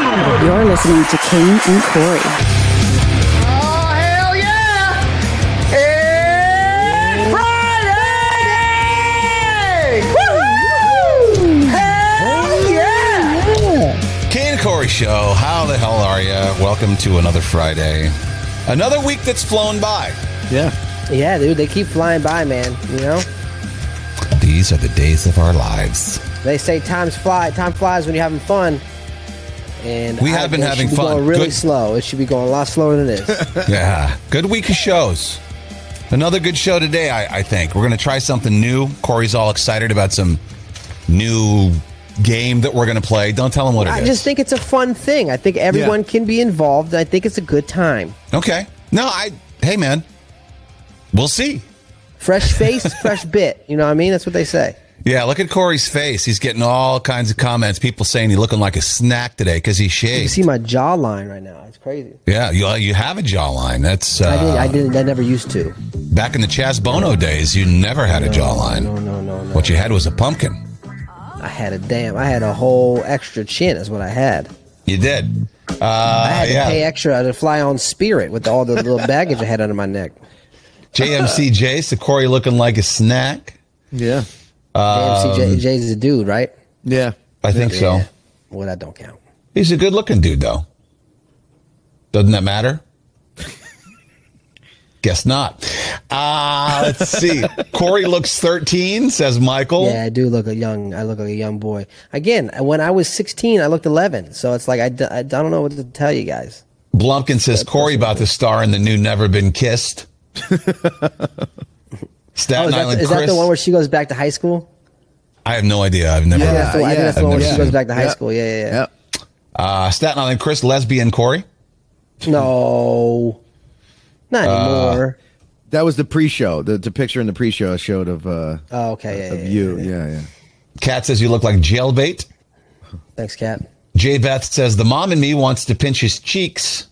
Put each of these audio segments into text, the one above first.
You're listening to Kane and Corey. Oh, hell yeah! It's Friday! Woo-hoo! Hell yeah! Kane and Corey Show. How the hell are you? Welcome to another Friday, another week that's flown by. Yeah, dude, they keep flying by, man. You know, These are the days of our lives. they say times fly. Time flies when you're having fun. And We I have been think it having should be fun. Going really Good. slow. It should be going a lot slower than this. Yeah, good week of shows. Another good show today, I, I think. We're going to try something new. Corey's all excited about some new game that we're going to play. Don't tell him what it is. I just think it's a fun thing. I think everyone can be involved. I think it's a good time. okay. No, I. Hey, man. We'll see. Fresh face, fresh bit. You know what I mean? That's what they say. Yeah, look at Corey's face. He's getting all kinds of comments. People saying he's looking like a snack today because he You shaved. see my jawline right now. It's crazy. Yeah, you uh, you have a jawline. That's uh, I didn't. I didn't. I never used to. back in the Chaz Bono days. You never had a jawline. No, no, no, no. What you had was a pumpkin. I had a damn. I had a whole extra chin. Is what I had. You did. Uh, I had to yeah. pay extra to fly on Spirit with all the little baggage I had under my neck. JMC Jace, the Corey looking like a snack. Yeah. AMC J- Jay's a dude, right? Yeah. I Um, think so. Well, that don't count. He's a good looking dude though. Doesn't that matter? Guess not. Uh, let's see. Corey looks 13, says Michael. Yeah, I do look a young. I look like a young boy. Again, when I was 16, I looked 11. So it's like I, d- I don't know what to tell you guys. Blumpkin says Corey about to star in the new Never Been Kissed. Staten Oh, is that, Island is Chris. that the one where she goes back to high school? I have no idea. I've never. I think that's the one- I think Uh, yeah, that's the one where yeah. she goes back to high Yeah. school. Yeah, yeah, yeah. Yeah. Uh, Staten Island Chris, lesbian Corey. No, not Uh, anymore. That was the pre-show. The, the picture in the pre-show I showed of uh Oh, okay, yeah, of yeah, you. Yeah, yeah. Kat says you look like jailbait. Thanks, Cap. Jay Beth says the mom in me wants to pinch his cheeks.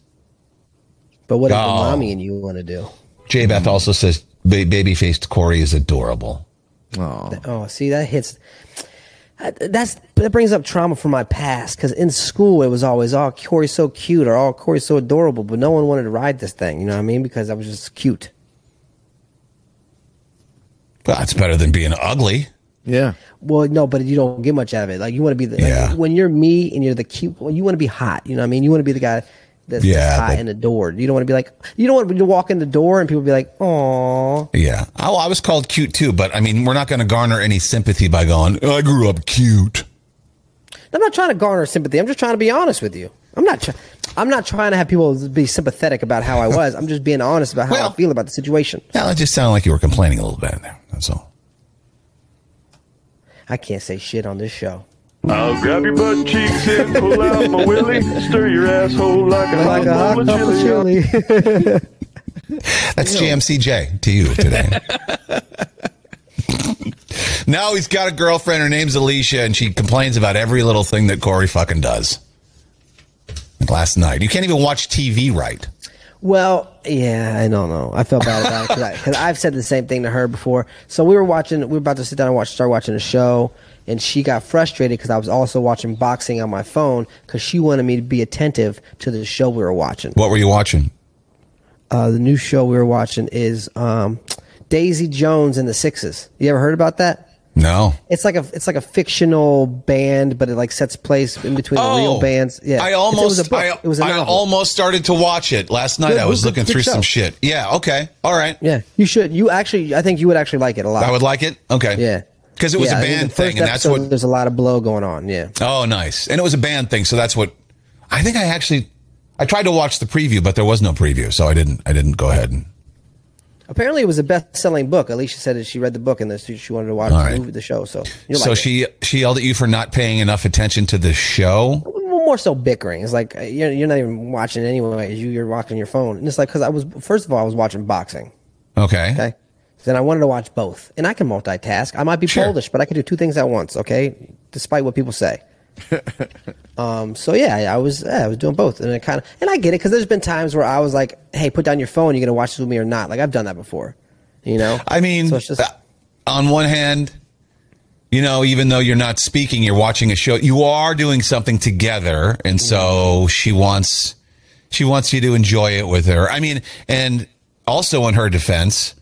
But what did Oh. the mommy and you want to do? Jay Beth Mm-hmm. also says ba- baby faced Corey is adorable. Oh. Oh, see, that hits. I- That's that brings up trauma from my past because in school it was always oh Corey's so cute or oh Corey's so adorable, but no one wanted to ride this thing. You know what I mean? Because I was just cute. Well, that's better than being ugly. Yeah. Well, no, but you don't get much out of it. Like you want to be the Yeah. when you're me and you're the cute. Well, you want to be hot. You know what I mean? You want to be the guy that's Yeah, that's hot but- and adored. You don't want to be like you don't want to walk in the door and people be like oh. Yeah. I, I was called cute too, but I mean, we're not going to garner any sympathy by going, I grew up cute. I'm not trying to garner sympathy. I'm just trying to be honest with you. I'm not. Try- I'm not trying to have people be sympathetic about how I was. I'm just being honest about how Well- I feel about the situation. Yeah, it just sounded like you were complaining a little bit in there. That's all. I can't say shit on this show. I'll grab your butt cheeks and pull out my willy, stir your asshole like a hot uh, bowl of chili. That's JMCJ to you today. now he's got a girlfriend. Her name's Alicia, and she complains about every little thing that Corey fucking does. Like last night, you can't even watch TV right. Well, yeah, I don't know. I felt bad about it because I've said the same thing to her before. So we were watching, we were about to sit down and watch, start watching a show, and she got frustrated because I was also watching boxing on my phone because she wanted me to be attentive to the show we were watching. What were you watching? Uh, the new show we were watching is um, Daisy Jones and the Sixes. You ever heard about that? No. It's like a it's like a fictional band, but it like sets place in between the real bands. Yeah, Oh, I It's- almost, it was a book. I, it was a I novel. almost started to watch it last night. Good- I was good- looking good through show. some shit. Yeah. Okay. All right. Yeah, you should. You actually, I think you would actually like it a lot. I would like it. Okay. Yeah, Because it was a Yeah, I mean, the band first thing, and that's episode, what There's a lot of blow going on. Yeah, Oh, nice. And it was a band thing, so that's what I think I actually I tried to watch the preview, but there was no preview, so I didn't I didn't go ahead and apparently it was a best-selling book. Alicia said that she read the book and that she she wanted to watch All the right. movie- the show. So you'll So like it. she she yelled at you for not paying enough attention to the show. Well, more so bickering. It's like uh, you're you're not even watching anyway. You you're watching your phone, and it's like because I was first of all I was watching boxing. Okay. Okay. Then I wanted to watch both, and I can multitask. I might be Sure. Polish, but I can do two things at once. Okay, despite what people say. um. So yeah, I- I was yeah, I was doing both, and I kind of and I get it because there's been times where I was like, "Hey, put down your phone. You're gonna watch this with me or not?" Like I've done that before. You know. I mean, So it's just- uh, on one hand, you know, even though you're not speaking, you're watching a show. You are doing something together, and so Mm-hmm. she wants she wants you to enjoy it with her. I mean, and also in her defense,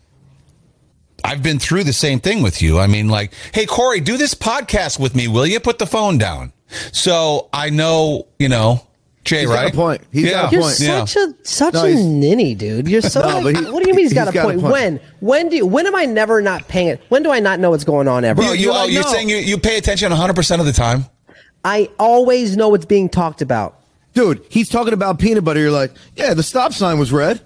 I've been through the same thing with you. I mean, like, hey Corey, do this podcast with me, will you? Put the phone down. So I know, you know, Jay, He's got a right? point. He's got a You're point. Yeah. such a such No, a he's- ninny, dude. You're so. No, like- but he- what do you mean he's got, a, point? point. When? When do? You, when am I never not paying it? When do I not know what's going on ever? You, you, oh, you're saying you, you pay attention 100% of the time? I always know what's being talked about. Dude, he's talking about peanut butter. You're like, yeah, the stop sign was red.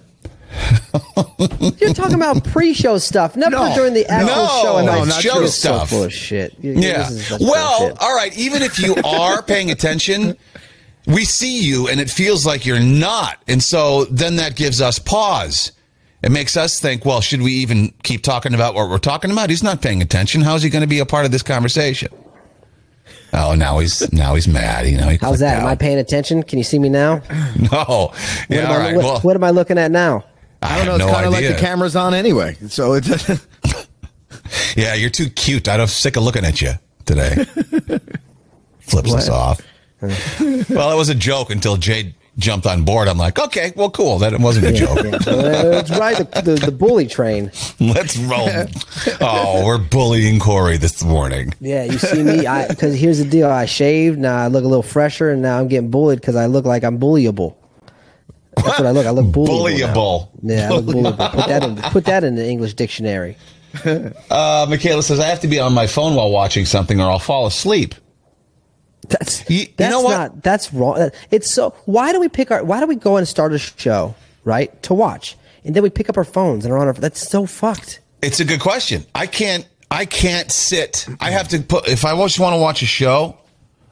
You're talking about pre-show stuff, never No. during the actual No. show. and No, I- not You're show so stuff. full of shit. You- you- Yeah. this is such Well, bullshit. all right. Even if you are paying attention, we see you and it feels like you're not. And so then that gives us pause. It makes us think, well, should we even keep talking about what we're talking about? He's not paying attention. How is he going to be a part of this conversation? Oh, now he's now he's mad. You know, he how's clicked that? Am I out. paying attention? Can you see me now? No. Yeah. Am All I- right. what, well, what am I looking at now? I, I don't have know. It's no kind of like idea. the camera's on anyway. So it's yeah, you're too cute. I'm sick of looking at you today. Flips us off. well, it was a joke until Jade jumped on board. I'm like, okay, well, cool. That it wasn't a joke. Yeah. Uh, It's right the, the, the bully train. Let's roll. oh, we're bullying Corey this morning. Yeah, you see me because here's the deal: I shaved now. I look a little fresher, and now I'm getting bullied because I look like I'm bullyable. That's what I look. I look bullyable. Bullyable. now. Yeah, I look bullyable. Put that in. Put that in the English dictionary. Uh, Michaela says I have to be on my phone while watching something, or I'll fall asleep. That's You- you that's know what? not that's wrong. That- It's so why do we pick our why do we go and start a show right to watch and then we pick up our phones and are on our that's so fucked. It's a good question. I can't. I can't sit. I have to put. If I just want to watch a show,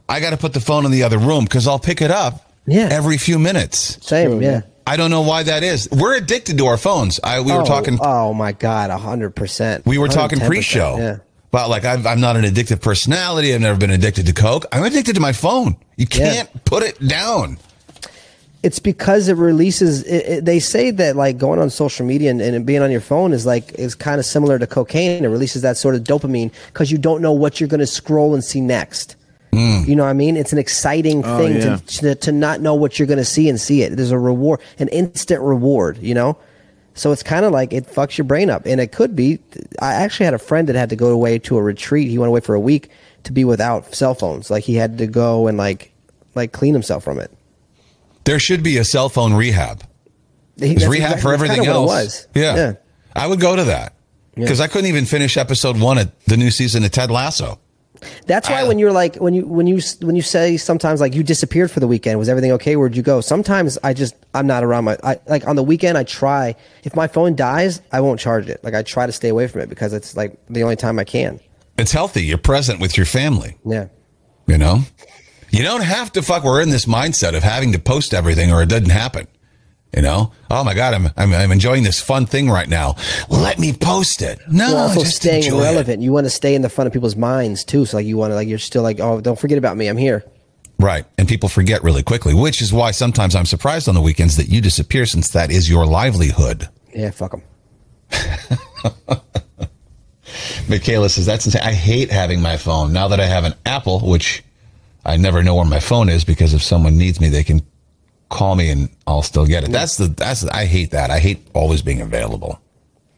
I got to put the phone in the other room because I'll pick it up. Yeah. Every few minutes. Same, yeah. I don't know why that is. We're addicted to our phones. I we oh, were talking Oh my god, hundred percent. we were talking 110%, pre-show Yeah. about like I've, I'm not an addictive personality. I've never been addicted to coke. I'm addicted to my phone. You Yeah. can't put it down. it's because it releases it, it, they say that like going on social media and, and being on your phone is like is kind of similar to cocaine it releases that sort of dopamine because you don't know what you're going to scroll and see next you know what i mean it's an exciting thing yeah. to, to, to not know what you're going to see and see it there's a reward an instant reward you know so it's kind of like it fucks your brain up and it could be i actually had a friend that had to go away to a retreat he went away for a week to be without cell phones like he had to go and like like clean himself from it There should be a cell phone rehab. he, It's that's rehab exact- for that's everything kinda else. What it was. Yeah. I would go to that because I couldn't even finish episode one of the new season of Ted Lasso. That's why I- when you're like when you when you s- when you say sometimes like you disappeared for the weekend, was everything okay? Where'd you go? Sometimes I just I'm not around my I like on the weekend I try if my phone dies, I won't charge it. Like I try to stay away from it because it's like the only time I can. It's healthy. You're present with your family. Yeah. You know, you don't have to fuck. We're in this mindset of having to post everything or it doesn't happen. You know, oh my God, I'm, I'm, I'm enjoying this fun thing right now. Let me post it. No, Well, also just staying enjoy it. relevant. You want to stay in the front of people's minds too. So like you want to like you're still like oh don't forget about me. I'm here. Right. And people forget really quickly, which is why sometimes I'm surprised on the weekends that you disappear since that is your livelihood. Yeah. Fuck them. Michaela says, that's insane. I hate having my phone. Now that I have an Apple, which I never know where my phone is because if someone needs me, they can call me and I'll still get it. That's the, that's, I hate that. I hate always being available.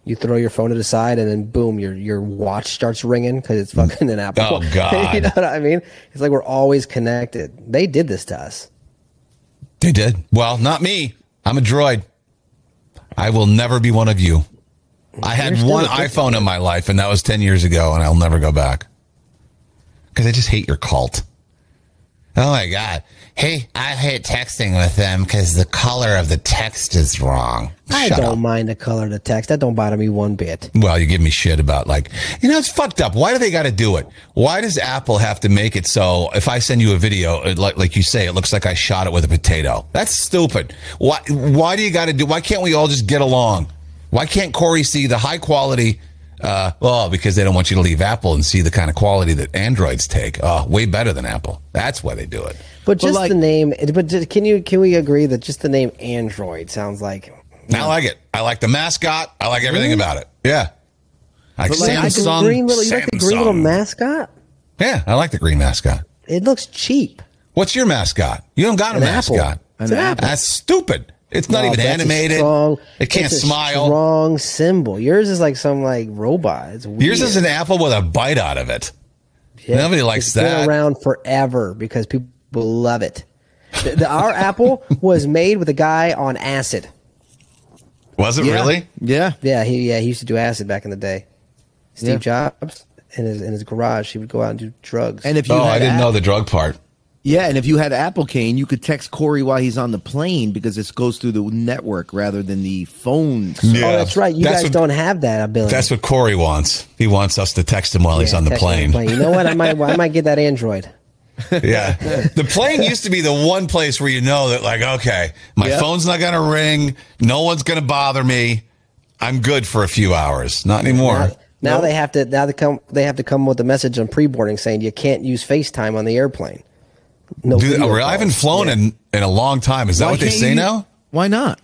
You throw your phone to the side, and then boom, your your watch starts ringing because it's fucking an Apple. Oh, God. you know what I mean? It's like we're always connected. They did this to us. They did. Well, not me. I'm a droid. I will never be one of you. I You're had still one a dick, iPhone in my life, and that was 10 years ago, and I'll never go back. Because I just hate your cult. Oh my God. Hey, I hate texting with them because the color of the text is wrong. I Shut don't up. mind the color of the text. That don't bother me one bit. Well, you give me shit about like, you know, it's fucked up. Why do they got to do it? Why does Apple have to make it so if I send you a video, it, like like you say, it looks like I shot it with a potato? That's stupid. Why why do you got to do? Why can't we all just get along? Why can't Corey see the high quality? Uh, well, because they don't want you to leave Apple and see the kind of quality that Androids take. Oh, way better than Apple. That's why they do it. But just like- the name. But ju- can you can we agree that just the name Android sounds like I like it. I like the mascot. I like everything about it. Yeah. Like, But like, I like Samsung. the green little you like the green little Samsung. mascot? Yeah, I like the green mascot. It looks cheap. What's your mascot? You don't got a An apple. mascot. An apple. That's stupid. It's not No, even but that's a animated. strong- it can't it's a smile. Strong symbol. Yours is like some like robot. It's weird. Yours is an apple with a bite out of it. Yeah. Nobody likes it's that. Been around forever because people love it. The, the- our apple was made with a guy on acid. Was it Yeah. really? Yeah. Yeah, he yeah he used to do acid back in the day. Steve Yeah. Jobs in his in his garage, he would go out and do drugs. And if you Oh, had I didn't Apple- know the drug part. Yeah, and if you had Apple Cane, you could text Corey while he's on the plane because this goes through the network rather than the phone. Yeah. oh, that's right. You That's guys what- don't have that ability. That's what Corey wants. He wants us to text him while he's Yeah, on the text on plane. You know what? I might I might get that Android. Yeah. the plane used to be the one place where you know that, like, okay, my Yeah. phone's not going to ring. No one's going to bother me. I'm good for a few hours. Not anymore. Now they have to now they come they have to come with a message on pre-boarding saying you can't use FaceTime on the airplane. No, Dude, video oh, I haven't calls. flown in, in a long time. Is that Why what they can't say you- now? Why not?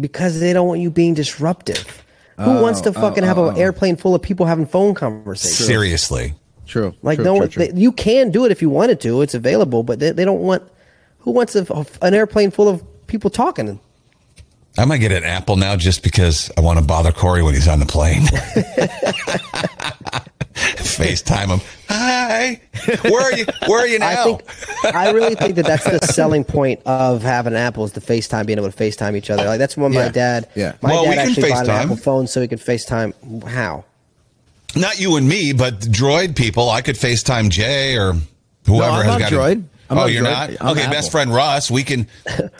because they don't want you being disruptive. Who Oh, wants to fucking have an airplane full of people having phone conversations? Seriously. True. Like true, no true, one, true. they- you can do it if you wanted to. It's available, but they, they don't want. Who wants a, an airplane full of people talking? I might get an Apple now just because I want to bother Corey when he's on the plane. FaceTime him. Hi. Where are you? Where are you now? I think I really think that that's the selling point of having Apple is the FaceTime, being able to FaceTime each other. Like that's when my Yeah. dad, Yeah. my Well, we dad can actually bought an FaceTime. Apple phone so he could FaceTime. How? Not you and me, but droid people. I could FaceTime Jay or No, whoever I'm has not got A, droid. I'm oh, not you're droid. not. I'm okay, Apple. best friend Russ. We can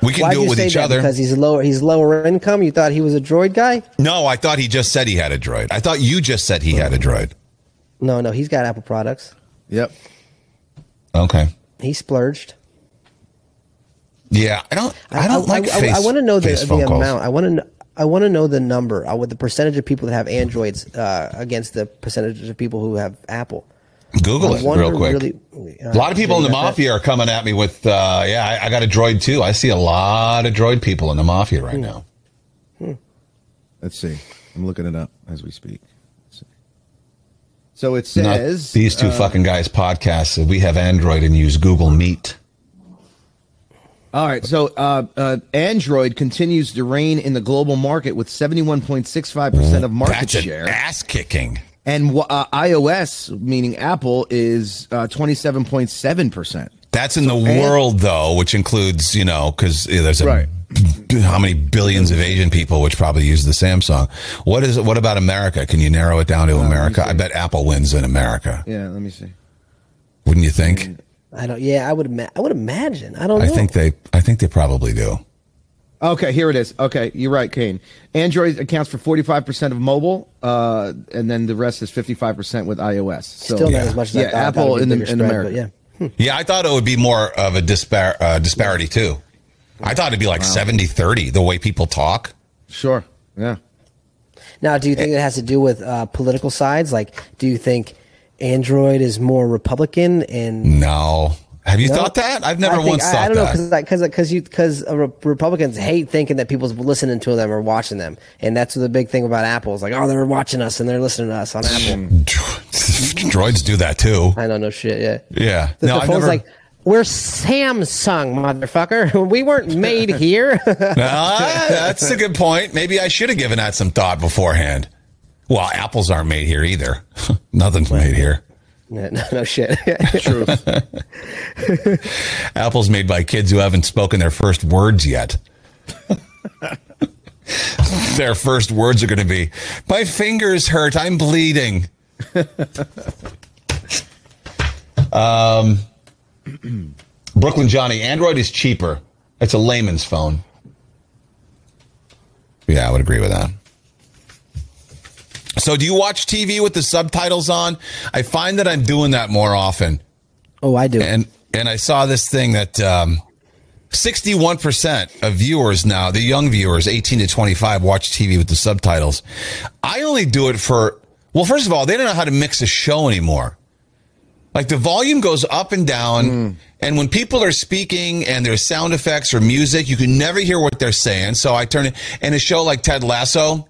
we can Why do you it with say each that? other. Because he's lower. He's lower income. You thought he was a droid guy? no, I thought he just said he had a droid. I thought you just said he had a droid. No, no, he's got Apple products. Yep. Okay. He splurged. Yeah, I don't. I don't like. I, face, want to know the, face the phone calls. amount. I want to. know I want to know the number. I want the percentage of people that have Androids uh, against the percentage of people who have Apple. Google I it wonder real quick. really- uh, a lot of people in the Yeah, that- mafia are coming at me with, uh, yeah, I, I got a droid too. I see a lot of droid people in the mafia Hmm. right now. Let's see. I'm looking it up as we speak. Let's see. So it Not says uh, these uh, two fucking guys podcasts. that We have Android and use Google Meet. All right, so uh, uh, Android continues to reign in the global market with 71.65% of market That's share. an ass kicking. and uh, iOS, meaning Apple, is uh, 27.7%. That's in the and- world though, which includes you know because there's a, Right. how many billions of Asian people, which probably use the Samsung. What is what about America? Can you narrow it down to America? I bet Apple wins in America, Yeah, let me see. wouldn't you think? I don't. Yeah, I would. Ima- I would imagine. I don't. I know. think they, I think they probably do. Okay, here it is. Okay, you're right, Kane. Android accounts for 45% of mobile, uh, and then the rest is 55% with iOS. So, still Yeah. not as much as I Yeah, thought. I thought Apple it'd be in the- bigger in spread, America. but Yeah. Yeah, I thought it would be more of a dispar- uh, disparity too. I thought it'd be like 70 30 the way people talk. Sure. Yeah. Now, do you think it has to do with uh, political sides? Like, do you think Android is more Republican and? No. Have you No? thought that? I've never I think- once I- thought I don't that. know because because you because Republicans hate thinking that people's listening to them or watching them, and that's the big thing about Apple is like, oh, they're watching us and they're listening to us on Mm. Apple. Droids do that too. I don't know shit. Yeah, Yeah. the, no, the I've phone's never. like, we're Samsung, motherfucker. we weren't made here. Ah, that's a good point. Maybe I should have given that some thought beforehand. Well, apples aren't made here either. Nothing's made here. Yeah, no, no shit. Truth. Apples made by kids who haven't spoken their first words yet. their first words are going to be, "My fingers hurt. I'm bleeding." um, Brooklyn Johnny, Android is cheaper. It's a layman's phone. Yeah, I would agree with that. So, do you watch TV with the subtitles on? I find that I'm doing that more often oh, I do. and and I saw this thing that um, 61% of viewers now, the young viewers, 18 to 25, watch TV with the subtitles. I only do it for well, first of all, they don't know how to mix a show anymore. Like the volume goes up and down, and when people are speaking and there's sound effects or music, you can never hear what they're saying. So I turn it, and a show like Ted Lasso,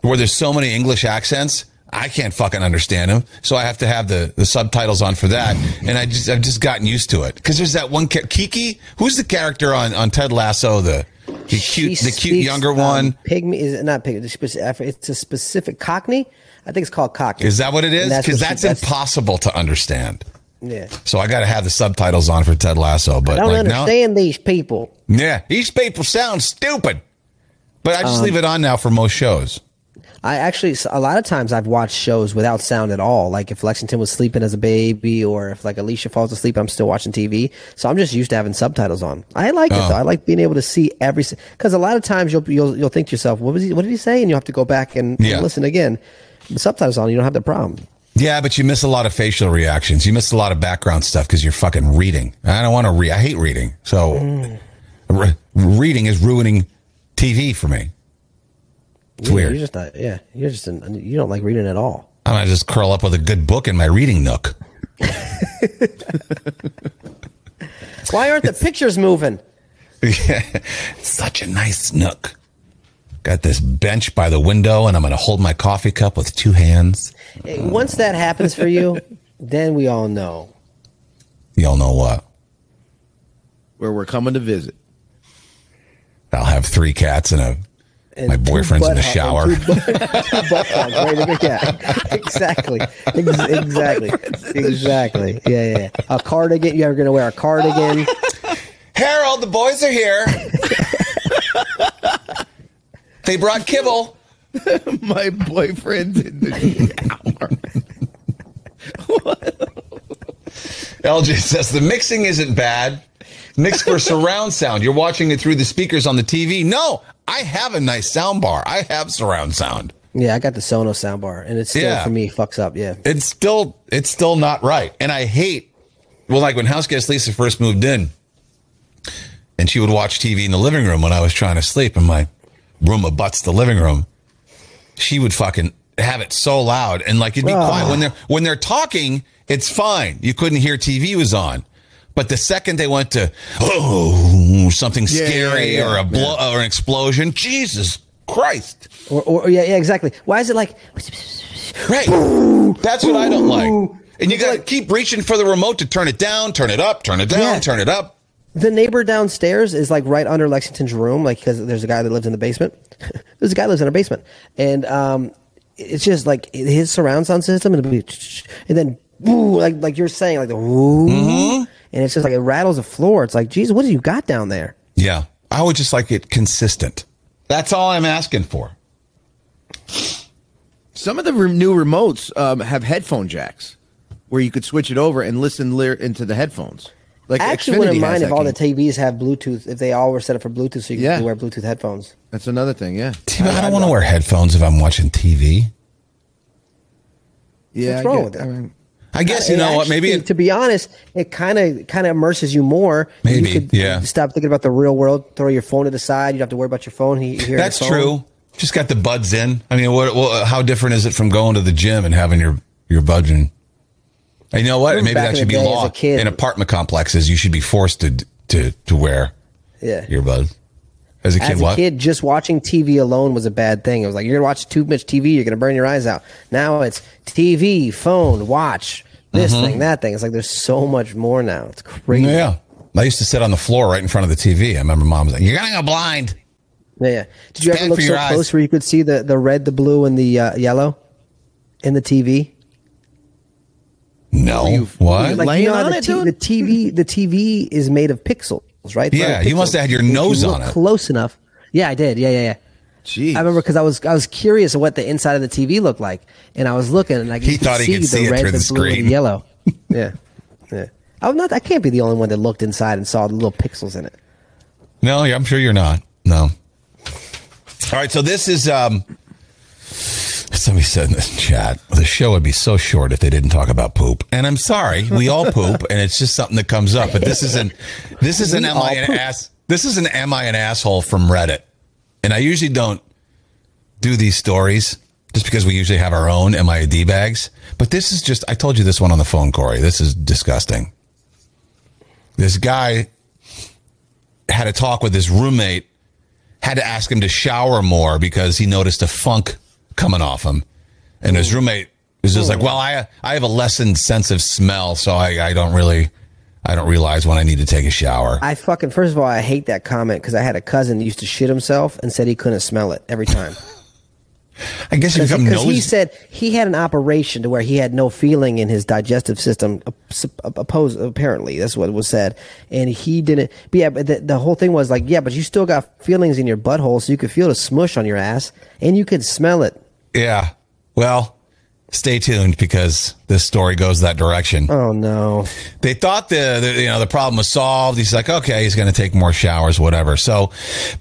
where there's so many English accents, I can't fucking understand them, so I have to have the, the subtitles on for that. And I just I've just gotten used to it because there's that one ca- Kiki, who's the character on on Ted Lasso, the the She cute the cute speaks, younger um, one. Pygmy is it not pygmy. It's speci- It's a specific Cockney. I think it's called Cockney. Is that what it is? And Because what she- that's, impossible to understand. Yeah. So I got to have the subtitles on for Ted Lasso. But I don't like now, understand these people. yeah, each paper sounds stupid, but I just Um, leave it on now for most shows. I actually, a lot of times I've watched shows without sound at all. Like if Lexington was sleeping as a baby, or if like Alicia falls asleep, I'm still watching TV. So I'm just used to having subtitles on. I like Oh. it though. I like being able to see every because a lot of times you'll you'll you'll think to yourself, what was he? What did he say? And you will have to go back and, and Yeah. listen again. The subtitles on, you don't have the problem. Yeah, but you miss a lot of facial reactions. You miss a lot of background stuff because you're fucking reading. I don't want to read. I hate reading. So Mm. re- reading is ruining TV for me. It's Yeah, weird. You're just not. Yeah, you're just an, you don't like reading at all. I'm gonna just curl up with a good book in my reading nook. Why aren't the pictures moving? Such a nice nook. Got this bench by the window, and I'm gonna hold my coffee cup with two hands. Hey, Eh, Once that happens for you, then we all know. Y'all know what? Where we're coming to visit. I'll have three cats and a And my two boyfriend's in the butt hug- shower. and Two, butt- two butt hugs, right? Look at that. Exactly. Oh Ex- exactly. Exactly. Yeah, yeah, yeah. A cardigan. You're going to wear a cardigan. Harold, the boys are here. they brought kibble. My boyfriend in the LJ says the mixing isn't bad. Mix for surround sound. You're watching it through the speakers on the TV. No, I have a nice sound bar. I have surround sound. Yeah, I got the Sonos soundbar, and it's still Yeah. for me fucks up. Yeah. It's still it's still not right. And I hate well, like when house guest Lisa first moved in and she would watch TV in the living room when I was trying to sleep and my room abuts the living room. She would fucking have it so loud and like it'd be Ah. quiet when they're when they're talking, it's fine. You couldn't hear TV was on. But the second they went to oh something Yeah, yeah, scary yeah, or a blow or an explosion, Jesus Christ. Or, or, or yeah, yeah, exactly. Why is it like? Right. That's what I don't like. And you got to keep reaching for the remote to turn it down, turn it up, turn it down, Yeah. turn it up. The neighbor downstairs is like right under Lexington's room, like because there's a guy that lives in the basement. there's a guy that lives in our basement, and um, it's just like his surround sound system, and it'll be, and then woo, like like you're saying, like the woo, Mm-hmm. and it's just like it rattles the floor. It's like, geez, what do you got down there? Yeah. I would just like it consistent. That's all I'm asking for. Some of the re- new remotes um, have headphone jacks where you could switch it over and listen lir- into the headphones. Like I actually Xfinity wouldn't has mind if that all game. the TVs have Bluetooth. If they all were set up for Bluetooth, so you Yeah. can wear Bluetooth headphones. That's another thing, yeah. I, don't want to wear headphones if I'm watching TV. Yeah, What's I wrong get- with I it? mean, I guess, you know what? Maybe Actually, it, to be honest, it kind of kind of immerses you more. You Maybe, could yeah. Stop thinking about the real world. Throw your phone to the side. You don't have to worry about your phone. He- Here that's true. Just got the buds in. I mean, what, what? How different is it from going to the gym and having your your buds in? And You know what? Remember Maybe back that in should be the day as law a kid- in apartment complexes. You should be forced to to to wear Yeah. earbuds. As a kid, As a what? kid, just watching TV alone was a bad thing. It was like you're gonna watch too much TV. You're gonna burn your eyes out. Now it's TV, phone, watch this thing, that thing. It's like there's so much more now. It's crazy. Mm-hmm. Yeah. I used to sit on the floor right in front of the TV. I remember mom was like, You're going to go blind. Yeah, yeah. Did you Stand ever look for so your eyes. close where you could see the the red, the blue, and the uh, yellow in the TV? No. what? Like Laying you know how on the, it, t- the dude? TV, the TV is made of pixels, right? It's Yeah, not a you must pixel. have had your If you nose look on it. Close enough. Yeah, I did. Yeah, yeah, yeah. Jeez. I remember because I was I was curious of what the inside of the TV looked like, and I was looking, and I He could thought he see could the see it red, through the, the blue, and screen. the yellow. yeah, yeah. I'm not. I can't be the only one that looked inside and saw the little pixels in it. No, I'm sure you're not. No. All right. So this is, um, somebody said in the chat, the show would be so short if they didn't talk about poop. And I'm sorry, we all poop and it's just something that comes up. But this is an, this is an, am I an ass? This is an, am I an asshole from Reddit? And I usually don't do these stories just because we usually have our own am I a D bags. But this is just, I told you this one on the phone, Corey. This is disgusting. This guy had a talk with his roommate, had to ask him to shower more because he noticed a funk coming off him. And his roommate It's just like, well, I I have a lessened sense of smell, so I, I don't really I don't realize when I need to take a shower. I fucking first of all, I hate that comment because I had a cousin that used to shit himself and said he couldn't smell it every time. I guess you become because nosy. he said he had an operation to where he had no feeling in his digestive system. op- sup- Oppose apparently that's what was said, and he didn't. But yeah, but the, the whole thing was like, yeah, but you still got feelings in your butthole, so you could feel the smush on your ass, and you could smell it. yeah. Well, stay tuned because this story goes that direction. Oh no! they thought the, the you know the problem was solved. He's like, okay, he's going to take more showers, whatever. So,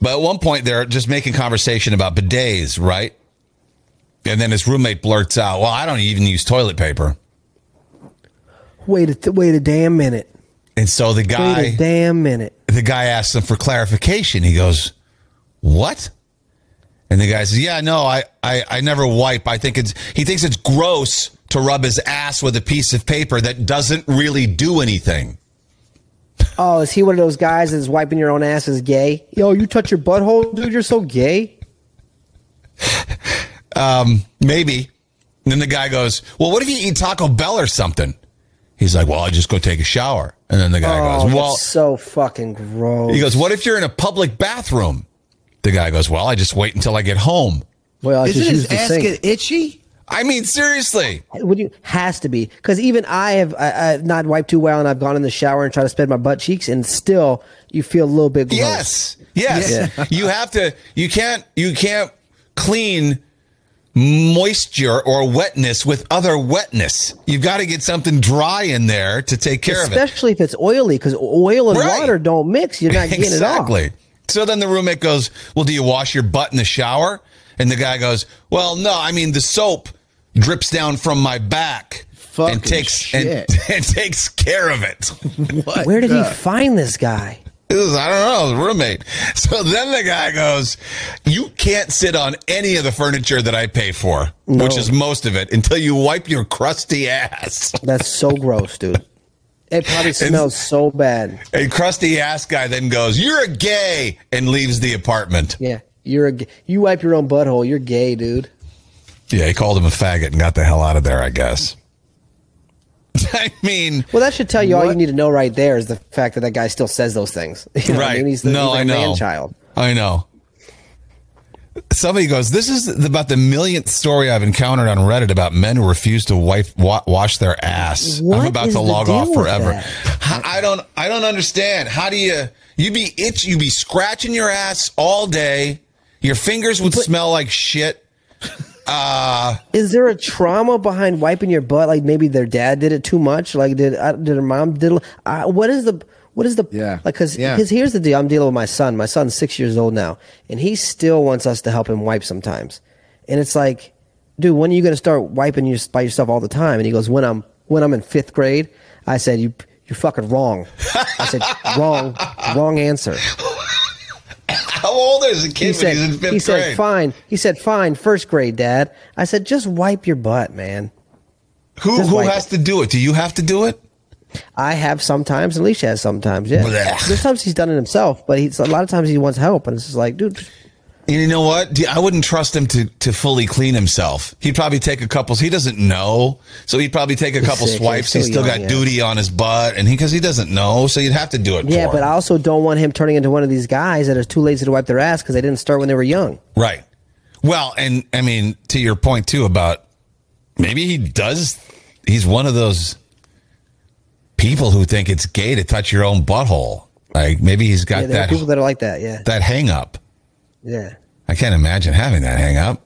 but at one point they're just making conversation about bidets, right? And then his roommate blurts out, "Well, I don't even use toilet paper." Wait a wait a damn minute! And so the Wait guy a damn minute! the guy asks him for clarification. He goes, "What?" And the guy says, "Yeah, no, I, I, I never wipe. I think it's he thinks it's gross to rub his ass with a piece of paper that doesn't really do anything." Oh, is he one of those guys that's wiping your own ass is gay? Yo, you touch your butthole, dude. You're so gay. Maybe. And then the guy goes, Well, what if you eat Taco Bell or something? He's like, Well, I just go take a shower. And then the guy Oh, goes, that's Well, so fucking gross. he goes, What if you're in a public bathroom? The guy goes, Well, I just wait until I get home. well, I Isn't just use his the ass sink. get itchy? I mean, seriously. Would you has to be because even I have I, I've not wiped too well, and I've gone in the shower and tried to spread my butt cheeks, and still you feel a little bit gross. Yes. Yes. you have to, you can't, you can't clean moisture or wetness with other wetness. You've got to get something dry in there to take care of it. especially if it's oily because oil and Right. water don't mix. You're not getting exactly. it off. So then the roommate goes, "Well, do you wash your butt in the shower?" And the guy goes, "Well, no. I mean, the soap drips down from my back Fucking and takes and, shit. and takes care of it." What? Where did the- he find this guy? This is- I don't know, the roommate. So then the guy goes, "You can't sit on any of the furniture that I pay for, which is most of it, until you wipe your crusty ass." That's so gross, dude. It probably smells so bad. A crusty ass guy then goes, "You're a gay," and leaves the apartment. Yeah, you're a, g- you wipe your own butthole. You're gay, dude. Yeah, he called him a faggot and got the hell out of there, I guess. I mean, Well, that should tell you all you need to know right there is the fact that that guy still says those things. You know what I right. mean? He's the, no, he's I like a know. Man child. I know. Somebody goes, This is about the millionth story I've encountered on Reddit about men who refuse to wipe, wa- wash their ass. What I'm about is to the log deal off with forever. that? H- I don't, I don't understand. How do you, you be itch, you be scratching your ass all day. Your fingers would smell like shit. Is there a trauma behind wiping your butt? Like maybe their dad did it too much. Like did uh, did her mom did? Uh, what is the what is the Yeah. Like because Yeah. here's the deal. I'm dealing with my son. My son's six years old now, and he still wants us to help him wipe sometimes. And it's like, dude, when are you going to start wiping your, by yourself all the time? And he goes, when I'm when I'm in fifth grade. I said, you you're fucking wrong. I said, wrong, wrong answer. How old is the kid He when said, he's in fifth he grade? said, fine. He said, fine. First grade, dad. I said, just wipe your butt, man. Who Just who wipe has to do it? Do you have to do it? I have sometimes, and Leisha has sometimes. Yeah, Blech. there's times he's done it himself, but he's a lot of times he wants help, and it's just like, dude, You know what? Do- I wouldn't trust him to to fully clean himself. He'd probably take a couple. He doesn't know, so he'd probably take a couple sick. He's swipes. still He's still young, got yeah. duty on his butt, and he because he doesn't know, so you'd have to do it. yeah. for him. But I also don't want him turning into one of these guys that are too lazy to wipe their ass because they didn't start when they were young. right. Well, and I mean to your point too about maybe he does. He's one of those people who think it's gay to touch your own butthole. Like maybe he's got Yeah, there are that people that are like that. Yeah, that hang up. yeah, I can't imagine having that hang up.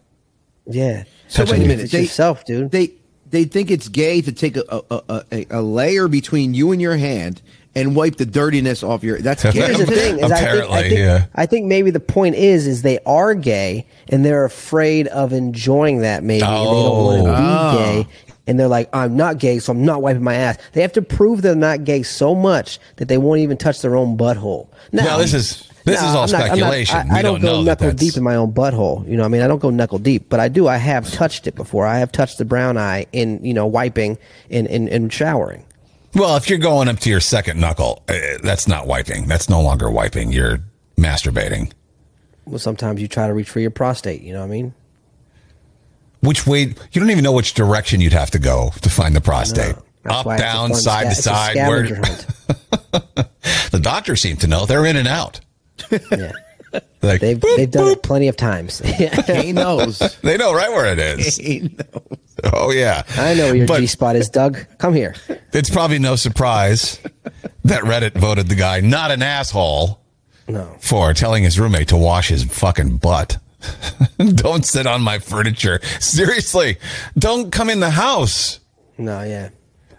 yeah. So Touching wait a you. minute. It's They, yourself, dude. they they think it's gay to take a a, a, a a layer between you and your hand and wipe the dirtiness off your. That's gay. Here's the thing: is I Apparently, think, I, think, yeah. I think maybe the point is is they are gay and they're afraid of enjoying that. Maybe and they don't Oh. want to be gay, and they're like, "I'm not gay, so I'm not wiping my ass." They have to prove they're not gay so much that they won't even touch their own butthole. Now, this is- this is all I'm not- I'm not- speculation. I, I We don't, don't go know that knuckle that's- deep in my own butthole. You know, what I mean, I don't go knuckle deep, but I do. I have touched it before. I have touched the brown eye in you know wiping and and, and showering. Well, if you're going up to your second knuckle, uh, that's not wiping. That's no longer wiping. You're masturbating. Well, sometimes you try to reach for your prostate. You know what I mean? which way you don't even know which direction you'd have to go to find the prostate. That's Up, why it's a down, fun side sca- to it's a side. scavenger Where hunt. the doctors seem to know, they're in and out. Yeah. Like, They've, boop, they've done boop. it plenty of times. He knows. They know right where it is. he knows. Oh yeah, I know where your But- G spot is, Doug. Come here. It's probably no surprise that Reddit voted the guy not an asshole No. for telling his roommate to wash his fucking butt. don't sit on my furniture. Seriously, don't come in the house. No, yeah.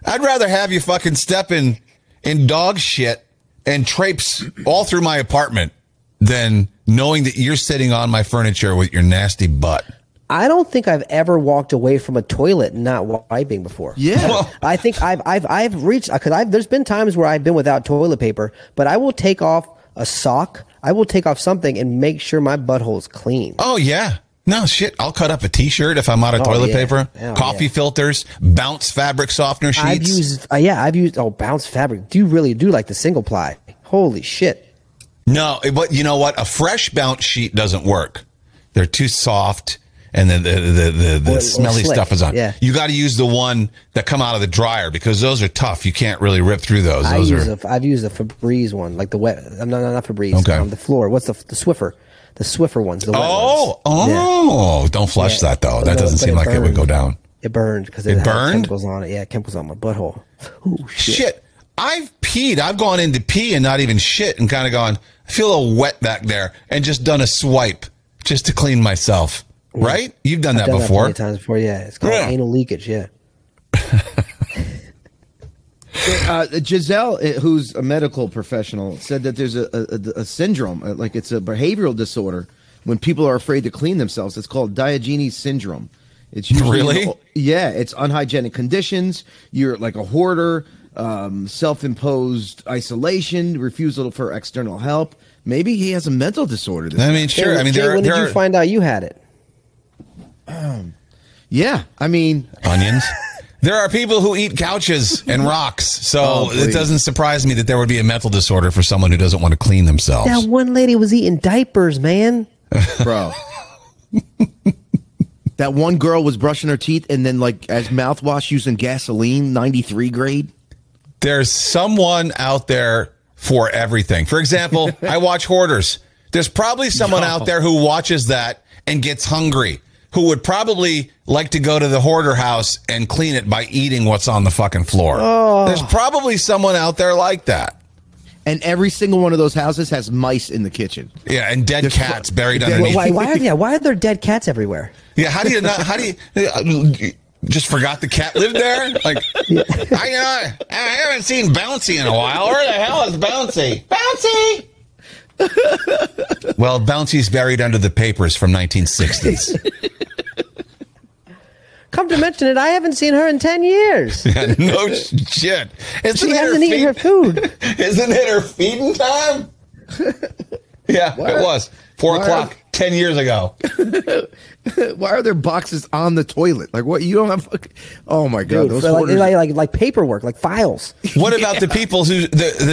I'd rather have you fucking step in in dog shit and traipse all through my apartment than knowing that you're sitting on my furniture with your nasty butt. I don't think I've ever walked away from a toilet not wiping before. Yeah. Well, I think I've I've I've reached because I've there's been times where I've been without toilet paper, but I will take off a sock. I will take off something and make sure my butthole is clean. Oh yeah. No shit. I'll cut up a t-shirt if I'm out of Oh, toilet yeah. paper, Oh, coffee yeah. filters, bounce fabric softener Oh, sheets. I've used uh, yeah I've used oh bounce fabric. Do you really do like the single ply? Holy shit! No, it- but you know what? A fresh bounce sheet doesn't work. They're too soft, and the the the, the, the Or- or smelly slick, stuff is on. yeah. You got to use the one that come out of the dryer because those are tough. You can't really rip through those. I those use are a I've used a Febreze one like the wet. I'm not not Febreze. Okay. um, the floor. What's the the Swiffer? The Swiffer ones. The wet ones. oh oh. Don't flush Yeah. that though. But That no, doesn't but seem it like it would go burned. down. It burned because It it, had burned? chemicals on it. Yeah, chemicals on my butthole. Ooh, shit. Shit. I've peed. I've gone into pee and not even shit and kind of gone. I feel a little wet back there, and just done a swipe just to clean myself. Right? You've done that Done that before. plenty of times before. Yeah, it's called Yeah. anal leakage. Yeah. Uh, Giselle, uh, who's a medical professional, said that there's a, a, a syndrome, uh, like it's a behavioral disorder, when people are afraid to clean themselves. It's called Diogenes syndrome. It's usually Really? yeah, it's unhygienic conditions. You're like a hoarder, um, self-imposed isolation, refusal for external help. Maybe he has a mental disorder. I mean, sure. Jay, I mean, Jay, there, are- when there did are you find out you had it? yeah, I mean, onions. There are people who eat couches and rocks, so Oh, please. it doesn't surprise me that there would be a mental disorder for someone who doesn't want to clean themselves. That one lady was eating diapers, man. bro. that one girl was brushing her teeth and then, like, as mouthwash using gasoline, 93 grade. There's someone out there for everything. For example, I watch hoarders. There's probably someone out there who watches that and gets hungry, who would probably like to go to the hoarder house and clean it by eating what's on the fucking floor. Oh. There's probably someone out there like that. And every single one of those houses has mice in the kitchen. Yeah, and dead There's- cats buried Well, underneath. Why? Why are, yeah, why are there dead cats everywhere? Yeah, how do you not? How do you just forgot the cat lived there? Like, I, you know, I haven't seen Bouncy in a while. Where the hell is Bouncy? Bouncy. well, Bouncy's buried under the papers from 1960s. Come to mention it, I haven't seen her in ten years. Yeah, no shit. Isn't She it hasn't eaten her feed- food. Isn't it her feeding time? yeah, it was four What? o'clock ten years ago. Why are there boxes on the toilet? Like, what? You don't have. fuck- Oh my god, Dude, those for like, hoarders- like, like like paperwork, like files. What about the people who the,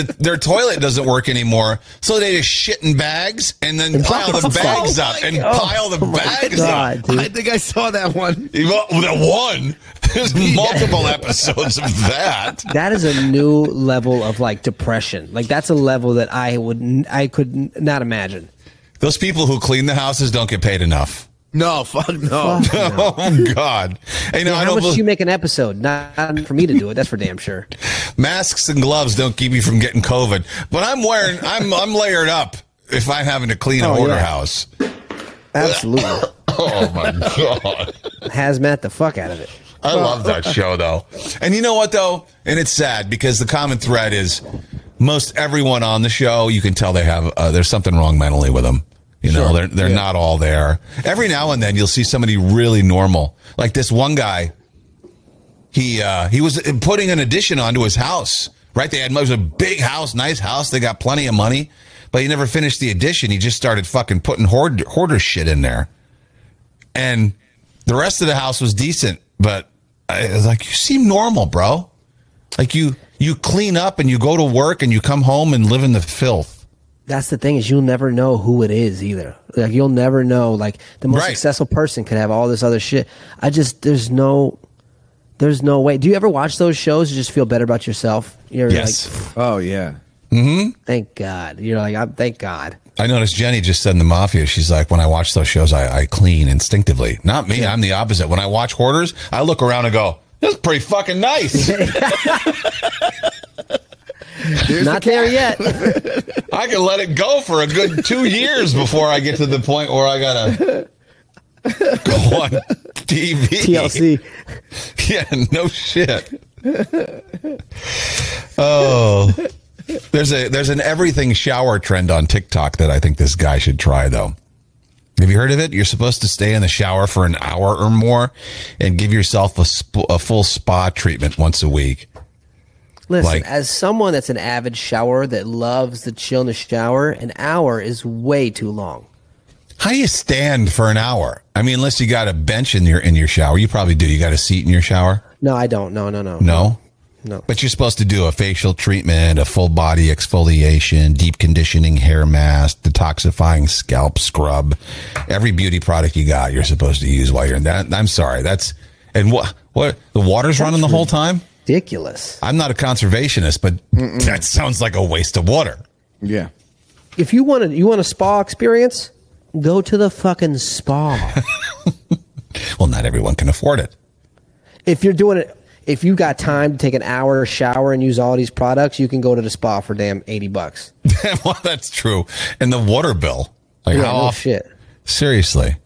the, their toilet doesn't work anymore, so they just shit in bags and then pile the buckets. bags Oh up my and God. pile the bags up? God, dude. I think I saw that one. Well, The one. There's multiple episodes of that. That is a new level of like depression. Like that's a level that I would n- I could n- not imagine. Those people who clean the houses don't get paid enough. No, fuck no. Fuck no. Oh God! And, you know, I How don't much do believe, you make an episode? Not, not for me to do it. That's for damn sure. masks and gloves don't keep you from getting COVID, but I'm wearing I'm I'm layered up if I'm having to clean a Oh, order yeah. house. Absolutely, Oh my God! hazmat the fuck out of it. I love that show though. And you know what though? And it's sad because the common thread is most everyone on the show, you can tell they have uh, there's something wrong mentally with them. You know, they're they're not all there. Every now and then you'll see somebody really normal. Like this one guy, he uh he was putting an addition onto his house, right? They had it was a big house, nice house, they got plenty of money, but he never finished the addition. He just started fucking putting hoard, hoarder shit in there and the rest of the house was decent. But I was like, you seem normal, bro. Like you you clean up and you go to work and you come home and live in the filth. that's the thing is you'll never know who it is either. Like you'll never know. Like the most Right. successful person could have all this other shit. I just there's no there's no way. Do you ever watch those shows and just feel better about yourself? You're Yes. like, Oh yeah. thank God. You're like, I'm, thank God. I noticed Jenny just said in the Mafia, she's like, when I watch those shows, I, I clean instinctively. Not me. I'm the opposite. When I watch Hoarders, I look around and go, this is pretty fucking nice. Not there yet. I can let it go for a good two years before I get to the point where I gotta go on TV. TLC. Yeah, no shit. Oh, there's a there's an everything shower trend on TikTok that I think this guy should try though. Have you heard of it? You're supposed to stay in the shower for an hour or more and give yourself a, sp- a full spa treatment once a week. Listen, Like- as someone that's an avid shower that loves the chill in the shower, an hour is way too long. How do you stand for an hour? I mean, unless you got a bench in your in your shower, you probably do. You got a seat in your shower? No, I don't. No, no, no. No. No. But you're supposed to do a facial treatment, a full body exfoliation, deep conditioning, hair mask, detoxifying scalp scrub, every beauty product you got, you're supposed to use while you're in that. I'm sorry, that's and what what the water's running the whole time. Ridiculous. I'm not a conservationist, but that sounds like a waste of water. Yeah. If you want to, you want a spa experience, go to the fucking spa. Well, not everyone can afford it. if you're doing it, if you got time to take an hour shower and use all these products, you can go to the spa for damn eighty bucks. well, that's true. And the water bill, like Yeah, how no off- shit. Seriously.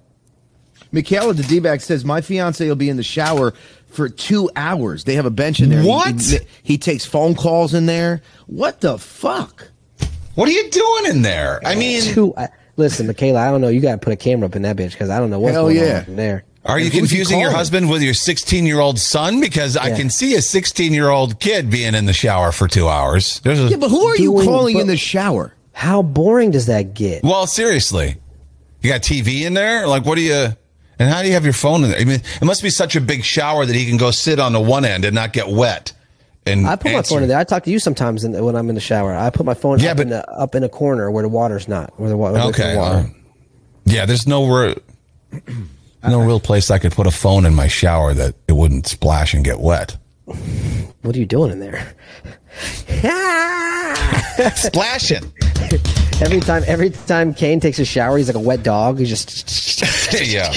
Michaela the D-back says my fiance will be in the shower for two hours. They have a bench in there. He- What? He, he takes phone calls in there. What the fuck? What are you doing in there? I mean, Two. I, listen, Michaela, I don't know. You got to put a camera up in that bitch because I don't know what's Hell going yeah. on up in there. Are you who's he confusing your calling? husband with your 16 year old son? Because I Yeah. can see a 16 year old kid being in the shower for two hours. There's a, Yeah, but who are you Doing calling bu- in the shower? How boring does that get? well, seriously, you got TV in there? Like, what do you, and how do you have your phone in there? I mean, it must be such a big shower that he can go sit on the one end and not get wet. And I put my answer. phone in there. I talk to you sometimes in, when I'm in the shower. I put my phone Yeah, up, in but- the, up in a corner where the water's not, where the, wa- where Okay. the water. all right. Yeah, there's no, re- no real place I could put a phone in my shower that it wouldn't splash and get wet. What are you doing in there? Splashing. every time, every time Kane takes a shower, he's like a wet dog. He's just. yeah.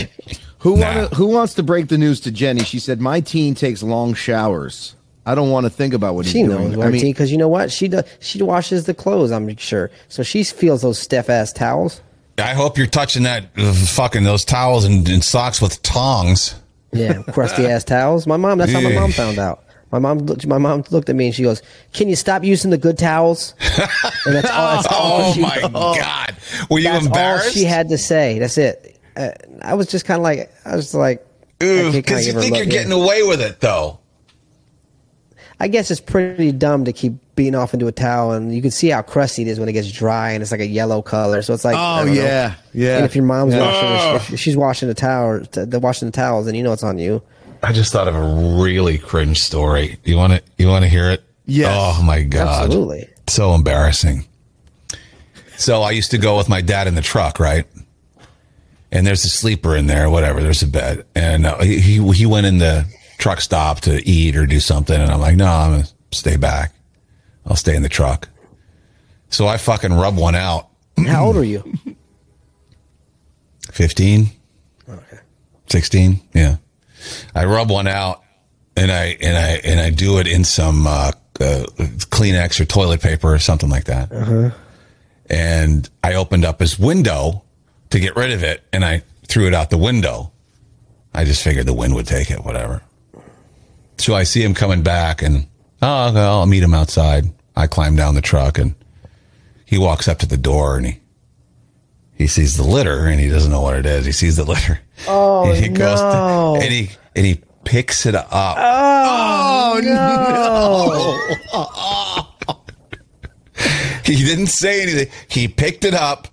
Who Nah. wanna, who wants to break the news to Jenny? She said my teen takes long showers. I don't want to think about what he's Mm-hmm. She doing. knows I what mean, because you know what she does. She washes the clothes. I'm sure, so she feels those stiff ass towels. I hope you're touching that uh, fucking those towels and, and socks with tongs. Yeah, crusty ass towels. My mom. That's how my mom found out. My mom. looked- My mom looked at me and she goes, "Can you stop using the good towels?" And that's all. That's all Oh she- my god! Were you That's all embarrassed? she had to say. That's it. Uh, I was just kind of like, I was like, I Ooh, did kinda Because give you her a think look, you're yeah. getting away with it, though. I guess it's pretty dumb to keep beating off into a towel, and you can see how crusty it is when it gets dry, and it's like a yellow color. So it's like, I Oh, don't know. yeah, yeah. And if your mom's washing, if she's washing the towel, t- the washing the towels, then you know it's on you. I just thought of a really cringe story. You want to? You want to hear it? Yes. Oh my god! Absolutely. So embarrassing. So I used to go with my dad in the truck, right? And there's a sleeper in there, whatever. There's a bed, and uh, he he he went in the truck stop to eat or do something, and I'm like, no, I'm gonna stay back. I'll stay in the truck. So I fucking rub one out. How old are you? 15 16 yeah i rub one out and i and i and i do it in some uh, uh kleenex or toilet paper or something like that and i opened up his window to get rid of it and i threw it out the window i just figured the wind would take it whatever so i see him coming back and oh okay, i'll meet him outside i climb down the truck and he walks up to the door and he he sees the litter and he doesn't know what it is. He sees the litter. Oh and he goes to- no. and he and he picks it up. Oh, no. Oh, he didn't say anything. He picked it up.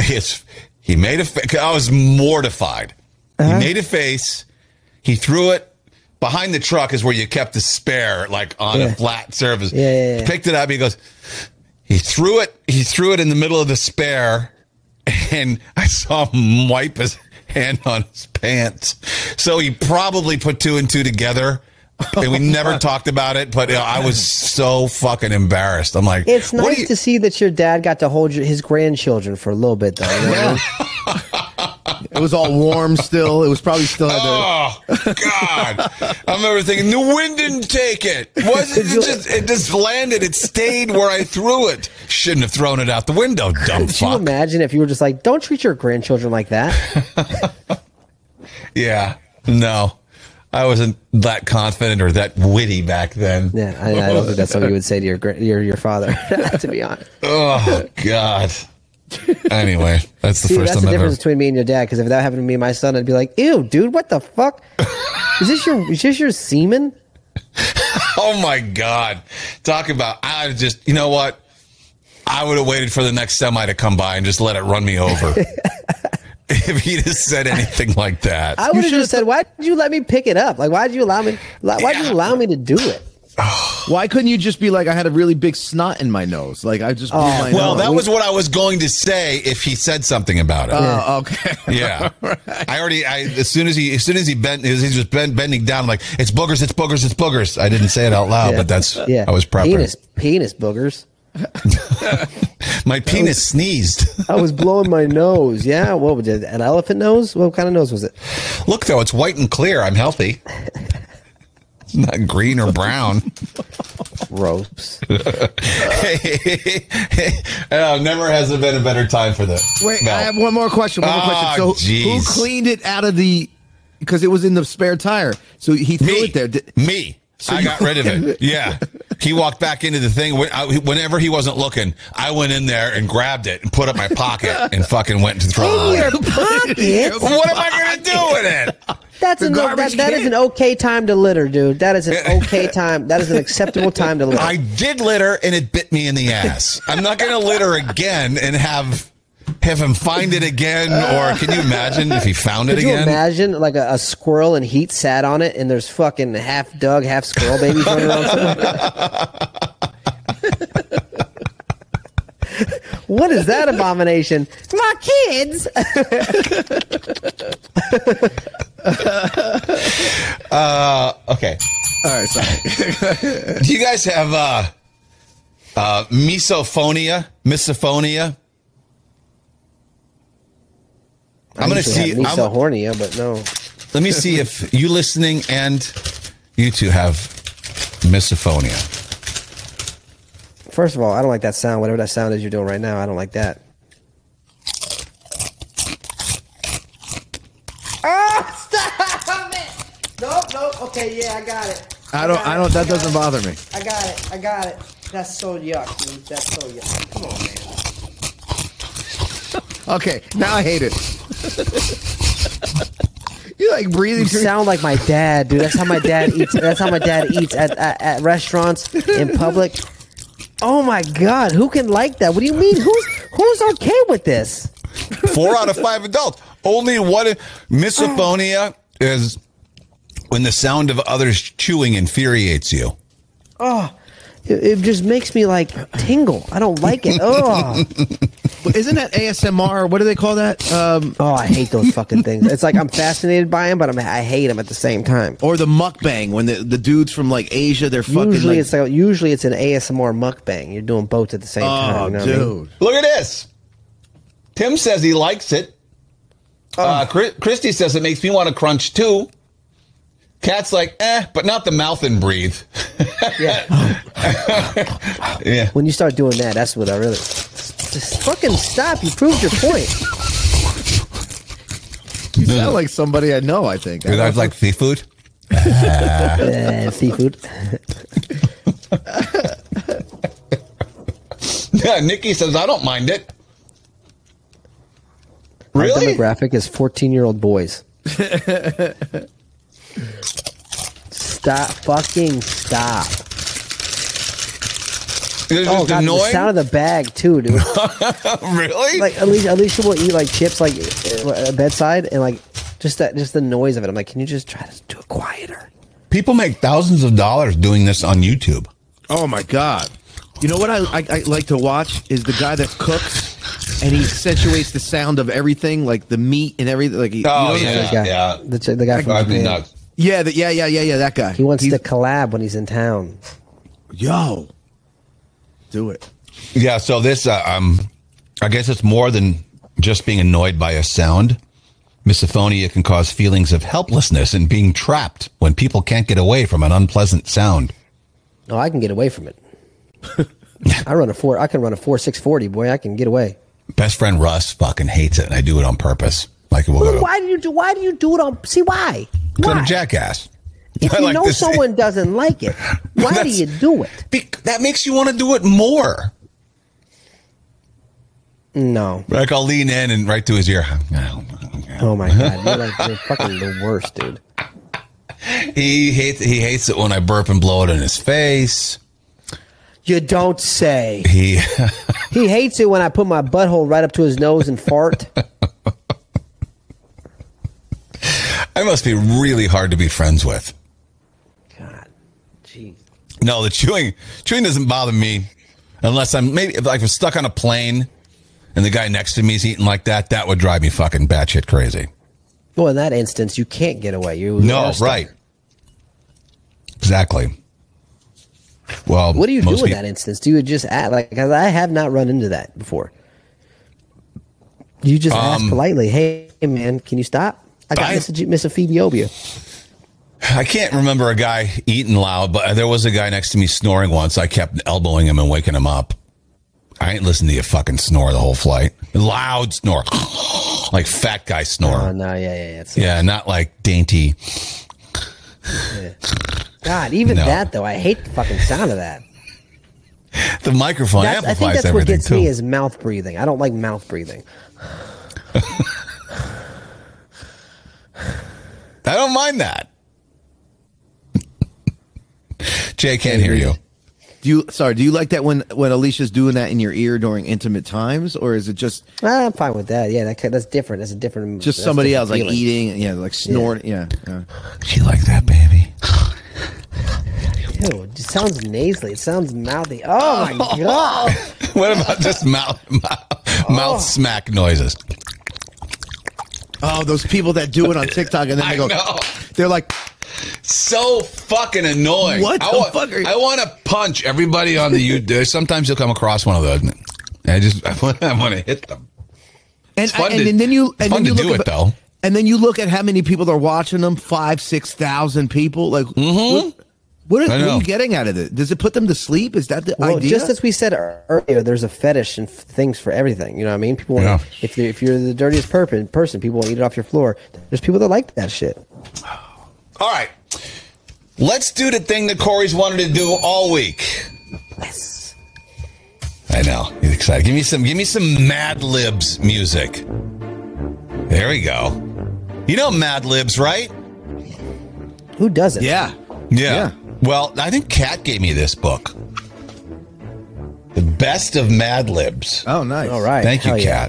His, he made a fa- I was mortified. Uh-huh. He made a face. He threw it behind the truck is where you kept the spare like on a Yeah. flat surface. Yeah, yeah, yeah. Picked it up. He goes He threw it. He threw it in the middle of the spare, and I saw him wipe his hand on his pants. So he probably put two and two together. And we never talked about it, but you know, I was so fucking embarrassed. I'm like, It's what do nice you- to see that your dad got to hold your, his grandchildren for a little bit, though. you know? It was all warm still. It was probably still had the. Oh God! I remember thinking the wind didn't take it. Wasn't it just? It just landed. It stayed where I threw it. Shouldn't have thrown it out the window, dumb Could you fuck. imagine if you were just like, don't treat your grandchildren like that? Yeah, no, I wasn't that confident or that witty back then. Yeah, I, I don't think that's something you would say to your gra- your your father. to be honest, Oh God. Anyway, that's the See, first that's time the I've difference ever. between me and your dad. Because if that happened to me and my son, I'd be like, "Ew, dude, what the fuck? Is this your is this your semen?" Oh my God! Talk about I would've just. You know what? I would have waited for the next semi to come by and just let it run me over. if he'd have said anything like that. I would have just said, "Why did you let me pick it up? Like, why did you allow me? Why would Yeah. you allow me to do it?" Oh, Why couldn't you just be like, I had a really big snot in my nose? Like I just blew my Oh, Well, nose. that was what I was going to say if he said something about it. Oh, okay. yeah, I already. I as soon as he as soon as he bent, he was just bend, bending down. I'm like it's boogers, it's boogers, it's boogers. I didn't say it out loud, Yeah. but that's Yeah, I was prepping. Penis, penis boogers. My penis sneezed. I was blowing my nose. Yeah, what was it? An elephant nose? What kind of nose was it? Look though, it's white and clear. I'm healthy. It's Not green or brown. Ropes. oh, never has there been a better time for this. Wait, No. I have one more question. One more Ah, question. So, who jeez. cleaned it out of the? Because it was in the spare tire. So he threw Me. it there. Did- me. I got rid of it. Yeah. He walked back into the thing. When- I- Whenever he wasn't looking, I went in there and grabbed it and put up my pocket and fucking went to throw it. away. Pockets. What am I going to do with it? That's The an o- that, garbage that can. is an okay time to litter, dude. That is an okay time. That is an acceptable time to litter. I did litter and it bit me in the ass. I'm not going to litter again and have have him find it again. Or can you imagine if he found it Could you again? imagine like a, a squirrel in heat sat on it and there's fucking half dog, half squirrel babies running around? somewhere? what is that abomination? My kids. Uh, okay. All right, sorry. Do you guys have uh, uh, misophonia? Misophonia? I'm I gonna usually see. have I'm- so horny, but no. let me see if you listening and you two have misophonia. First of all, I don't like that sound. Whatever that sound is you're doing right now, I don't like that. Oh, stop Ah, it! Nope, nope. Okay, yeah, I got it. I don't. I don't. That doesn't bother me. I got it. I got it. That's so yuck, dude. That's so yuck. Come on, man. Okay, now I hate it. you like breathing You through. sound like my dad, dude. That's how my dad eats. That's how my dad eats at, at, at restaurants in public. Oh my god, who can like that? What do you mean? Who's who's okay with this? Four out of five adults. Only one misophonia is when the sound of others chewing infuriates you. It, it just makes me like tingle. I don't like it. Oh, Isn't that ASMR? What do they call that? Um, oh, I hate those fucking things. It's like I'm fascinated by them, but I'm, I hate them at the same time. or the mukbang when the, the dudes from like Asia, they're fucking. Usually like, it's like usually it's an ASMR mukbang. You're doing both at the same time. oh, You know what I mean? dude. Look at this. Tim says he likes it. Oh. Uh, Chris, Christy says it makes me want to crunch too. Cat's like, eh, but not the mouth and breathe. Yeah. Yeah. When you start doing that, that's what I really. Just fucking stop. You proved your point. You sound like somebody I know. I think. Do I like seafood? Uh, seafood. Yeah, Nikki says I don't mind it. Really? Our demographic is 14 year old boys. stop. Fucking stop. They're Oh, just God. The annoying? sound of the bag, too, dude. really? like, at least, at least you will eat, like, chips, like, uh, bedside, and, like, just that, just the noise of it. I'm like, can you just try to do it quieter? People make thousands of dollars doing this on YouTube. Oh my god. You know what I, I, I like to watch is the guy that cooks and he accentuates the sound of everything, like the meat and everything. Like he, Oh, you know, yeah. like- guy. yeah. The, ch- the guy from I'd be Japan. nuts. yeah, the, yeah, yeah, yeah, yeah. That guy. He wants He's- to collab when he's in town. Yo, do it. Yeah, so this, uh, um, I guess it's more than just being annoyed by a sound. Misophonia can cause feelings of helplessness and being trapped when people can't get away from an unpleasant sound. No, Oh, I can get away from it. I run a four. I can run a four six forty. Boy, I can get away. Best friend Russ fucking hates it, and I do it on purpose. Like, we'll go to, Why do you do? Why do you do it on? See why? go to Why? jackass. If I you like know to say- someone doesn't like it, why do That's- you do it? Bec- that makes you want to do it more. No. Like, I'll lean in and right to his ear. Oh my god, you're like you're fucking the worst, dude. He hates he hates it when I burp and blow it in his face. You don't say. He He hates it when I put my butthole right up to his nose and fart. I must be really hard to be friends with. God, jeez. No, the chewing chewing doesn't bother me unless I'm maybe if, like if I'm stuck on a plane and the guy next to me is eating like that. That would drive me fucking batshit crazy. Well, in that instance, you can't get away. You No, are stuck. right, exactly. Well, What do you do most in peop- that instance? Do you just act like? Because I have not run into that before. You just ask politely, "Hey, man, can you stop? I got Um, I- misogy- misophobia." I can't remember a guy eating loud, but there was a guy next to me snoring once. I kept elbowing him and waking him up. I ain't listening to you fucking snore the whole flight. Loud snore, like fat guy snore. Oh no, yeah, yeah, yeah. It's- Yeah, not like dainty. God, even No. that though, I hate the fucking sound of that. The microphone That's, I amplifies think that's what everything gets too. me is mouth breathing. I don't like mouth breathing. I don't mind that. Jay can't hear you. Do you? Sorry. Do you like that when when Alicia's doing that in your ear during intimate times, or is it just Ah, I'm fine with that. Yeah, that, that's different. That's a different. just that's somebody else different like feeling. eating? Yeah, like snorting. Yeah. yeah. She like that, baby. Ew, it just sounds nasally. It sounds mouthy. Oh my god! What about just mouth Oh. mouth, mouth smack noises? Oh, those people that do it on TikTok and then I they go, know. they're like, So fucking annoying. What I the want, fuck are you- I want to punch everybody on the YouTube. Sometimes you'll come across one of those. and I just I want, I want to hit them. and, It's fun and, to- and then you, it's and fun then you to look do it at- though. And then you look at how many people are watching them five, six thousand people. Like, what, what, are, Mm-hmm. I what are know. you getting out of it? Does it put them to sleep? Is that the Well, idea? just as we said ear- earlier, there's a fetish and f- things for everything. You know what I mean? People, wanna, Yeah. if they- if you're the dirtiest per- person, people will eat it off your floor. There's people that like that shit. All right. Let's do the thing that Corey's wanted to do all week. Yes. I know. He's excited. Give me some give me some Mad Libs music. There we go. You know Mad Libs, right? Who doesn't? yeah. Yeah. Well, I think Kat gave me this book. The best of Mad Libs. Oh, nice. All right. Thank you, Hell yeah.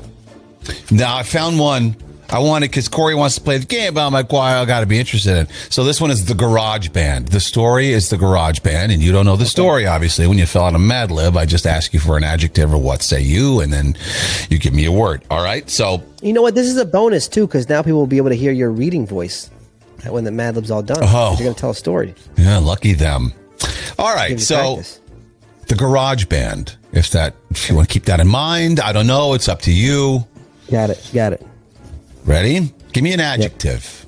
Kat. Now I found one. I wanted because Corey wants to play the game, but I'm like, well, I got to be interested in. So this one is the Garage Band. The story is the Garage Band, and you don't know the story, obviously. When you fill out a Mad Lib, I just ask you for an adjective or what say you, and then you give me a word. All right. So You know what? This is a bonus too, because now people will be able to hear your reading voice when the Mad Lib's all done. Oh. You're gonna tell a story. yeah, lucky them. All right. Give you So. practice. the garage band if that if you want to keep that in mind i don't know it's up to you got it. Got it. ready give me an adjective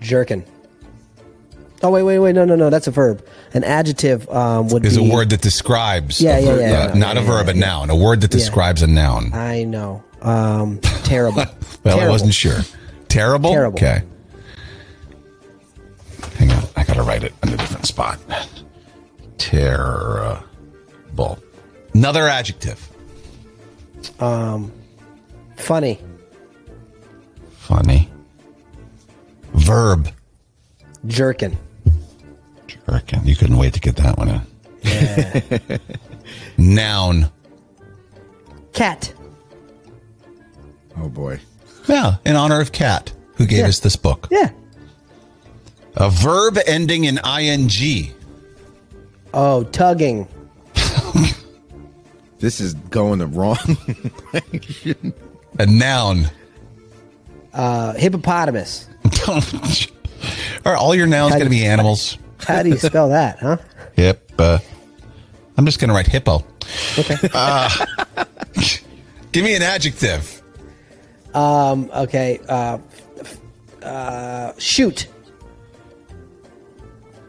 Jerkin. Oh wait, wait, wait! No, no, no. That's a verb. An adjective um, would is be a word that describes Yeah, a yeah, verb, yeah, uh, no, not yeah, a yeah, verb a yeah. noun a word that Yeah. describes a noun I know. Um, terrible. well i Terrible. wasn't sure terrible Terrible. okay hang on i gotta write it in a different spot terrible another adjective Funny. funny verb Jerkin. Jerkin. You couldn't wait to get that one in. Noun. Cat. Oh boy. Yeah, in honor of Kat, who gave Yeah. us this book. Yeah. A verb ending in ing. Oh, tugging. This is going the wrong. A noun. Uh, hippopotamus. Are all your nouns How going to do you- be animals? How do you spell that, huh? Hip. Uh, I'm just going to write hippo. Uh, give me an adjective. Um, okay. Uh, f- uh, shoot.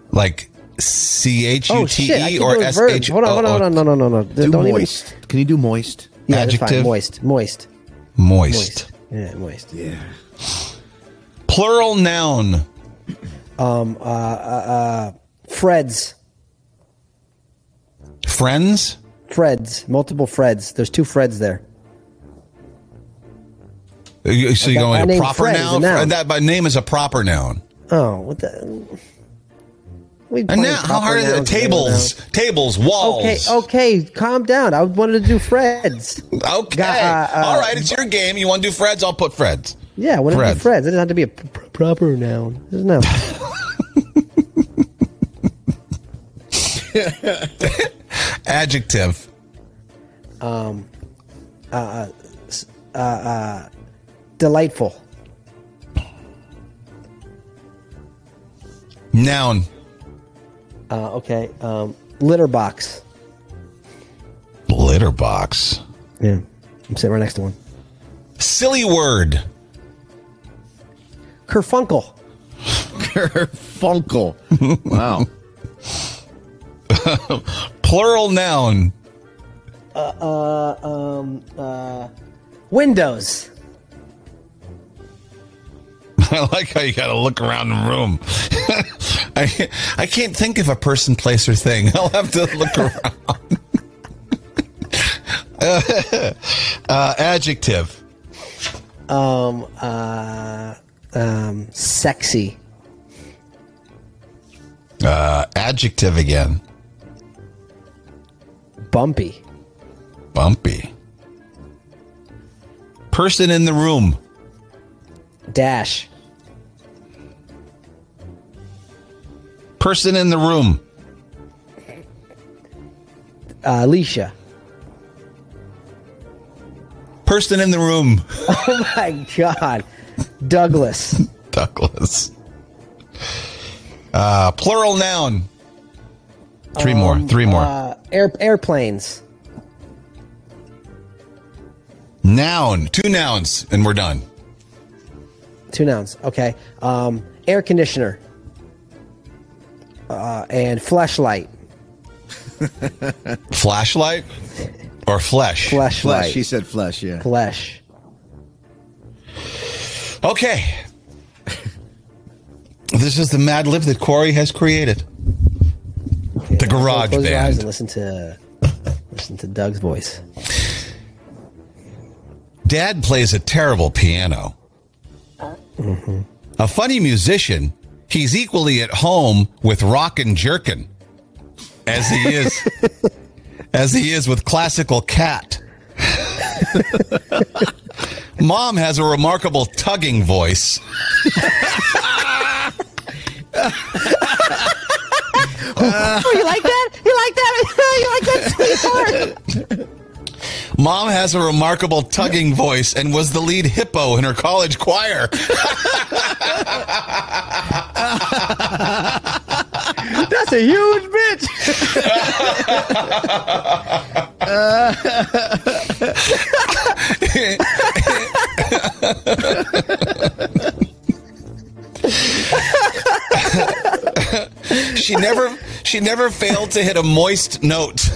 Like C H Oh U T shit! I E keep or doing S verbs. H. Hold on, hold on, hold on, no, no, no, no. do Don't moist. Can you do moist? even. Yeah, that's fine. Adjective. Moist, moist, Moist. moist. Yeah, moist. Plural noun. Freds, Friends. Freds, multiple Freds. There's two Freds there. Uh, you- So you're Like, going my a name proper Fred is a noun? noun. And that by name is a proper noun. Oh, what the? We And playing now, how proper hard are the nouns and tables? Tables, walls. Okay, okay, calm down. I wanted to do Freds. Okay. Got, uh, uh, All right, it's your game. You want to do Fred's? I'll put Fred's. Yeah, I wanted to do Freds. Freds. It doesn't have to be a p- p- proper noun. No. Adjective. Delightful. Noun. Uh, okay. Um, litter box. Litter box. Yeah. I'm sitting right next to one. Silly word. Kerfunkel. Funkel. Wow. Plural noun. Windows. I like how you got to look around the room. I, I can't think of a person, place, or thing. I'll have to look around. uh, adjective. Um, uh, um, sexy. Uh, adjective again. Bumpy. Bumpy. Person in the room. Dash. Person in the room. Uh, Alicia. Person in the room. Oh my God. Douglas. Douglas. Uh, plural noun. Three more. Three more. Uh, air, airplanes. Noun. Two nouns, and we're done. Two nouns. Okay. Um, air conditioner. Uh, and flashlight. Flashlight or flesh. Flesh. Flashlight. She said flesh. Yeah. Flesh. Okay. This is the Mad Lib that Corey has created. The Garage Close your eyes and Band. listen to listen to Doug's voice. Dad plays a terrible piano. A funny musician, he's equally at home with rock and jerkin as he is as he is with classical cat. Mom has a remarkable tugging voice. you like that? You like that? you like that, sweetheart? Mom has a remarkable tugging voice and was the lead hippo in her college choir. That's a huge bitch. she never she never failed to hit a moist note.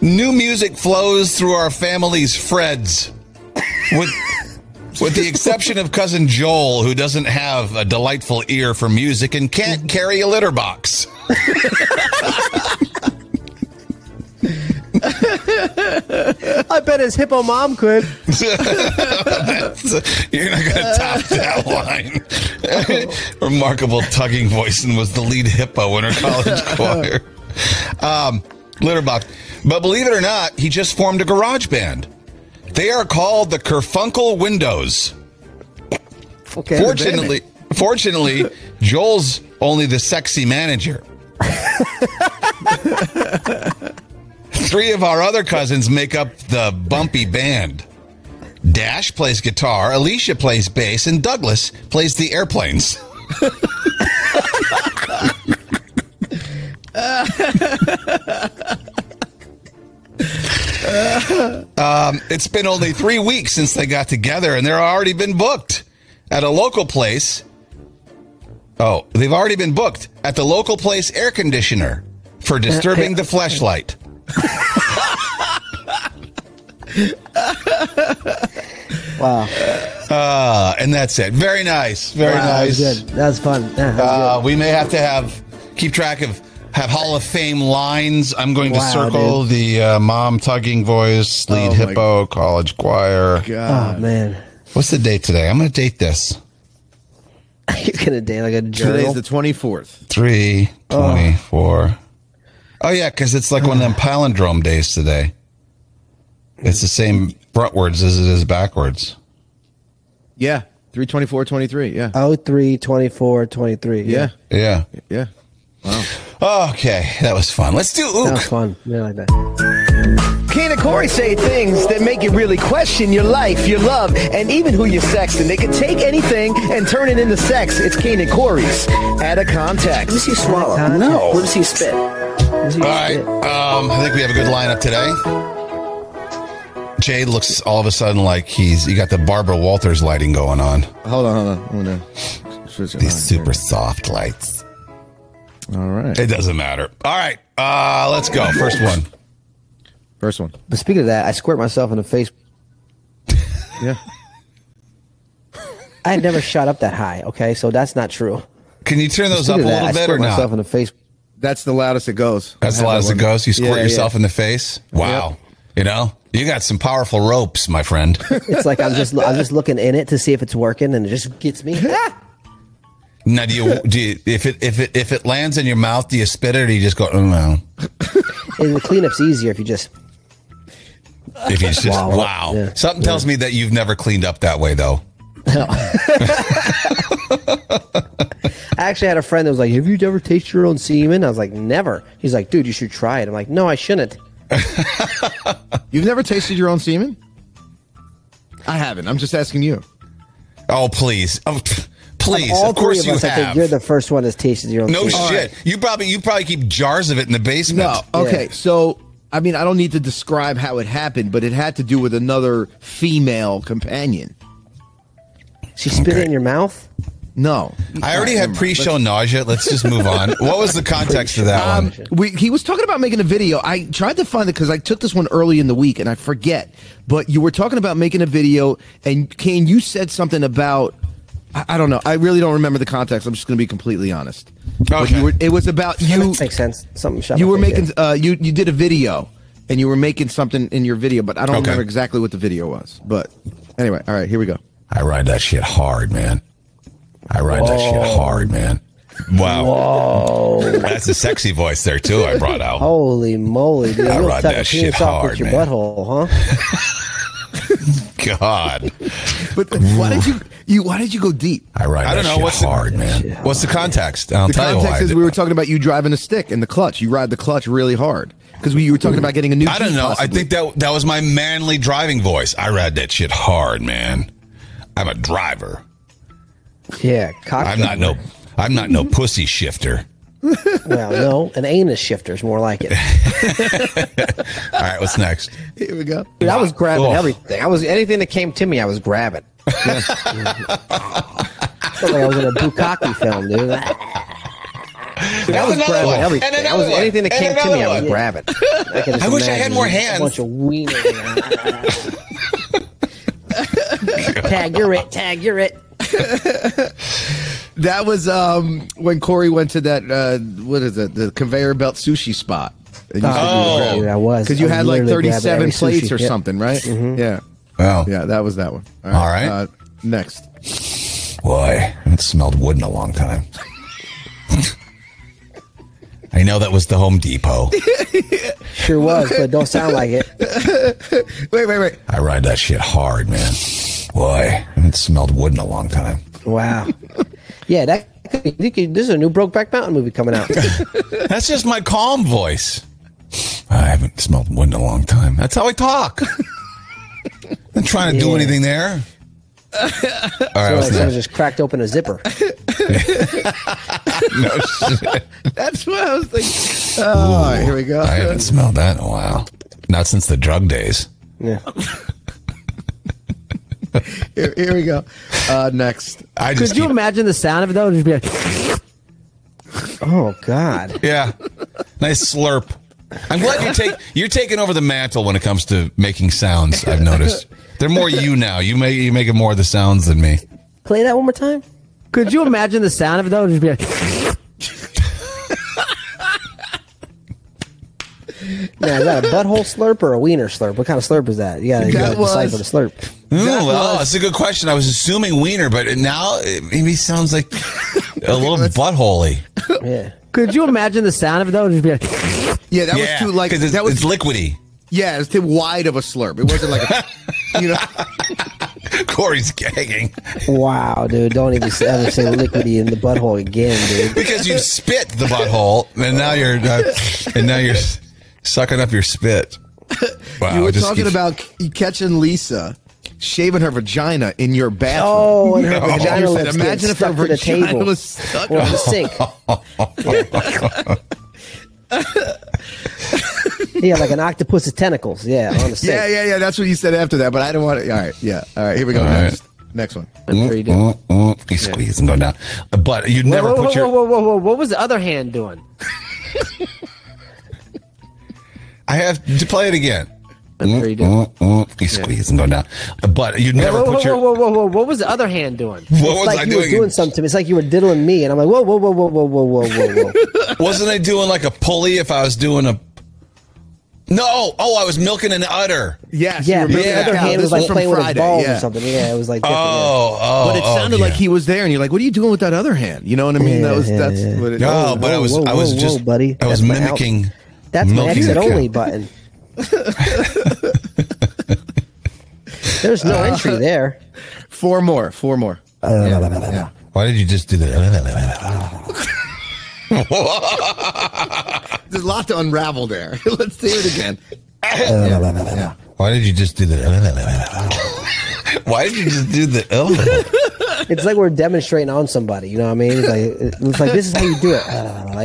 New music flows through our family's freds with with the exception of cousin Joel who doesn't have a delightful ear for music and can't carry a litter box. I bet his hippo mom could. That's- you're not going to top that line. Remarkable tugging voice and was the lead hippo in her college choir. Um, Litterbox. But believe it or not, he just formed a garage band. They are called the Kerfunkel windows. Okay. Fortunately, fortunately, Joel's only the sexy manager. Three of our other cousins make up the bumpy band. Dash plays guitar, Alicia plays bass, and Douglas plays the airplanes. Um, it's been only three weeks since they got together, and they're already been booked at a local place. Oh, they've already been booked at the local place air conditioner for disturbing the flashlight. Wow. Uh, and that's it. Very nice. Very Wow, that was nice. good. That was fun. Yeah, that was Uh, we may have to have keep track of have Hall of Fame lines. I'm going to Wow, circle the uh, mom tugging voice, lead Oh, my hippo, college choir. Uh, good. oh man, What's the date today? I'm going to date this he's gonna date like a Today's journal. the 24th. three twenty four. Oh yeah, because it's like one of them palindrome days today. It's the same frontwards as it is backwards. Yeah. 324 23. Yeah. Oh three twenty four twenty three. yeah. Yeah. Yeah. Okay, that was fun. Let's do that ook. was fun. Yeah, like that. Kane and Corey say things that make you really question your life, your love, and even who you're sexting. They can take anything and turn it into sex. It's Kane and Corey's out of What does context. he swallow? No. What does he spit? All right. Um, I think we have a good lineup today. Jay looks all of a sudden like he's you got the Barbara Walters lighting going on. Hold on. Hold on. I'm going to switch it These on super soft lights. here. All right. It doesn't matter. All right. Uh, let's go. First one. First one. But speaking of that, I squirt myself in the face. Yeah. I had never shot up that high. Okay, so that's not true. Can you turn those up a Speaking of that, little I bit squirt or myself not? in the face. That's the loudest it goes. That's the I had loudest that it one. goes. You squirt Yeah, yourself in the face. Wow. You know, you got some powerful ropes, my friend. It's like I'm just I'm just looking in it to see if it's working, and it just gets me. Ah! now, do you, do you if it if it if it lands in your mouth, do you spit it or do you just go? Oh no. and the cleanup's easier if you just. If you just wow, Wow. Yeah. something tells me that you've never cleaned up that way though. I actually had a friend that was like, "Have you ever tasted your own semen?" I was like, "Never." He's like, "Dude, you should try it." I'm like, "No, I shouldn't." You've never tasted your own semen? I haven't. I'm just asking you. Oh please, oh, pff, please. All of course three you of us, I have. think you're the first one that's tasted your own. no semen. shit. You probably you probably keep jars of it in the basement. No. Okay. Yeah. So, I mean, I don't need to describe how it happened, but it had to do with another female companion. She spit Okay. it in your mouth. No. I already had pre-show nausea. Let's just move on. What was the context of that Um, one? we, he was talking about making a video. I tried to find it because I took this one early in the week and I forget. But you were talking about making a video, and Kane, you said something about I, I don't know. I really don't remember the context. I'm just going to be completely honest. But Okay. you were, it was about you. Makes sense. Something shot You my were face, making yeah. uh, you you did a video, and you were making something in your video, but I don't Okay. remember exactly what the video was. But anyway, all right, here we go. I ride that shit hard, man. I ride that shit hard, man. Wow. That's a sexy voice there too. I brought out. Oh. Holy moly, dude! I You ride don't suck that a shit penis off hard, with your man. butthole, huh? God. But why did you you why did you go deep? I ride I that don't know, shit what's the- hard, man. What's the context? I'll The tell you why. context is we were talking about you driving a stick and the clutch. You ride the clutch really hard because we you were talking about getting a new. I don't Jeep, know. I possibly. think that that was my manly driving voice. I ride that shit hard, man. I'm a driver. Yeah, cock. I'm not no I'm not Mm-hmm. no pussy shifter. Well, no, an anus shifter's more like it. All right, what's next? here we go. Dude, I was grabbing Ugh. everything. I was anything that came to me, I was grabbing. Felt like I was in a Bukaki film, dude. Dude, I was another grabbing one. everything. And I was another one. anything that And came to me, another I was one. grabbing. I, can just I wish I imagine had more a hands. bunch of wiener. tag, you're it. Tag, you're it. That was um, when Corey went to that uh, what is it the conveyor belt sushi spot. And you Oh. Dude, I was. because you I was had like literally grabbing 37 every plates sushi. Mm-hmm. or Yep. something, right? Yeah. Wow. Yeah, that was that one. All right. Uh, next. Boy, I haven't smelled wood in a long time. I I know that was the Home Depot. Sure was, but don't sound like it. Wait, wait, wait. I ride that shit hard, man. Boy, I haven't smelled wood in a long time. Wow. Yeah, that could be, you could- this is a new Brokeback Mountain movie coming out. That's just my calm voice. I haven't smelled wood in a long time. That's how I talk. I'm trying to do Yeah. anything there. All right, I Like was someone there. just cracked open a zipper. That's what I was thinking. Oh, all right, here we go. I haven't smelled that in a while. Not since the drug days. Yeah. Here, here we go. Uh, next. I just Could you keep- imagine the sound of it though? It'd just be like, Oh God. Yeah. Nice slurp. I'm glad you take you're taking over the mantle when it comes to making sounds, I've noticed. They're more you now. You make you make more of the sounds than me. Play that one more time. could you imagine the sound of it though? It'd just be like, Now, is that a butthole slurp or a wiener slurp? What kind of slurp is that? You gotta, you gotta That decipher the was- slurp. Ooh, well, that's a good question. I was assuming wiener, but now it maybe sounds like a little buttholey. Yeah. could you imagine the sound of it though? It'd just be like, Yeah, that yeah, was too like 'cause it's, that was it's liquidy. yeah, it was too wide of a slurp. It wasn't like a, you know. Corey's gagging Wow, dude. Don't even s- ever say liquidy in the butthole again, dude. because you spit the butthole, and now you're uh, and now you're sucking up your spit. Wow, You were it just talking keeps- about c- catching Lisa shaving her vagina in your bathroom. Oh, and her No. And you vagina said, lips getting imagine if her stuck to the vagina table was stuck. or the sink. yeah, like an octopus's tentacles. Yeah, on the sink. Yeah, yeah, yeah. That's what you said after that, but I didn't want to. All right, yeah. All right, here we go. All next, right. next one. Mm, mm, mm. You squeeze and go down, Uh, but you never whoa, whoa, put your. whoa, whoa, whoa, whoa, what was the other hand doing? I have to play it again. Mm, pretty mm, mm. You squeeze and go down, Uh, but you Whoa, never whoa, whoa, put your. whoa, whoa, whoa, what was the other hand doing? What It's was like I you doing? were doing something to me. It's like you were diddling me, and I'm like, whoa, whoa, whoa, whoa, whoa, whoa, whoa, whoa, whoa. Wasn't I doing like a pulley if I was doing a? No! Oh, I was milking an udder. Yes, Yeah, you but remember the yeah. other now, hand this was like from playing with his Friday, balls yeah. or something. Yeah, it was like. Oh, different, yeah. oh! But it oh, sounded like yeah. he was there, and you're like, "What are you doing with that other hand?" You know what I mean? Yeah, that was yeah, that's yeah. what it. No, oh, but I was whoa, I was whoa, just whoa, buddy. I was That's my out- mimicking. That's my milking exit the cow. only button. There's no entry there. four more, four more. Uh, Why did you just do that? There's a lot to unravel there. Let's do it again. Uh, Why did you just do that? Why did you just do the? oh, It's like we're demonstrating on somebody. You know what I mean? It's like, it's like this is how you do it.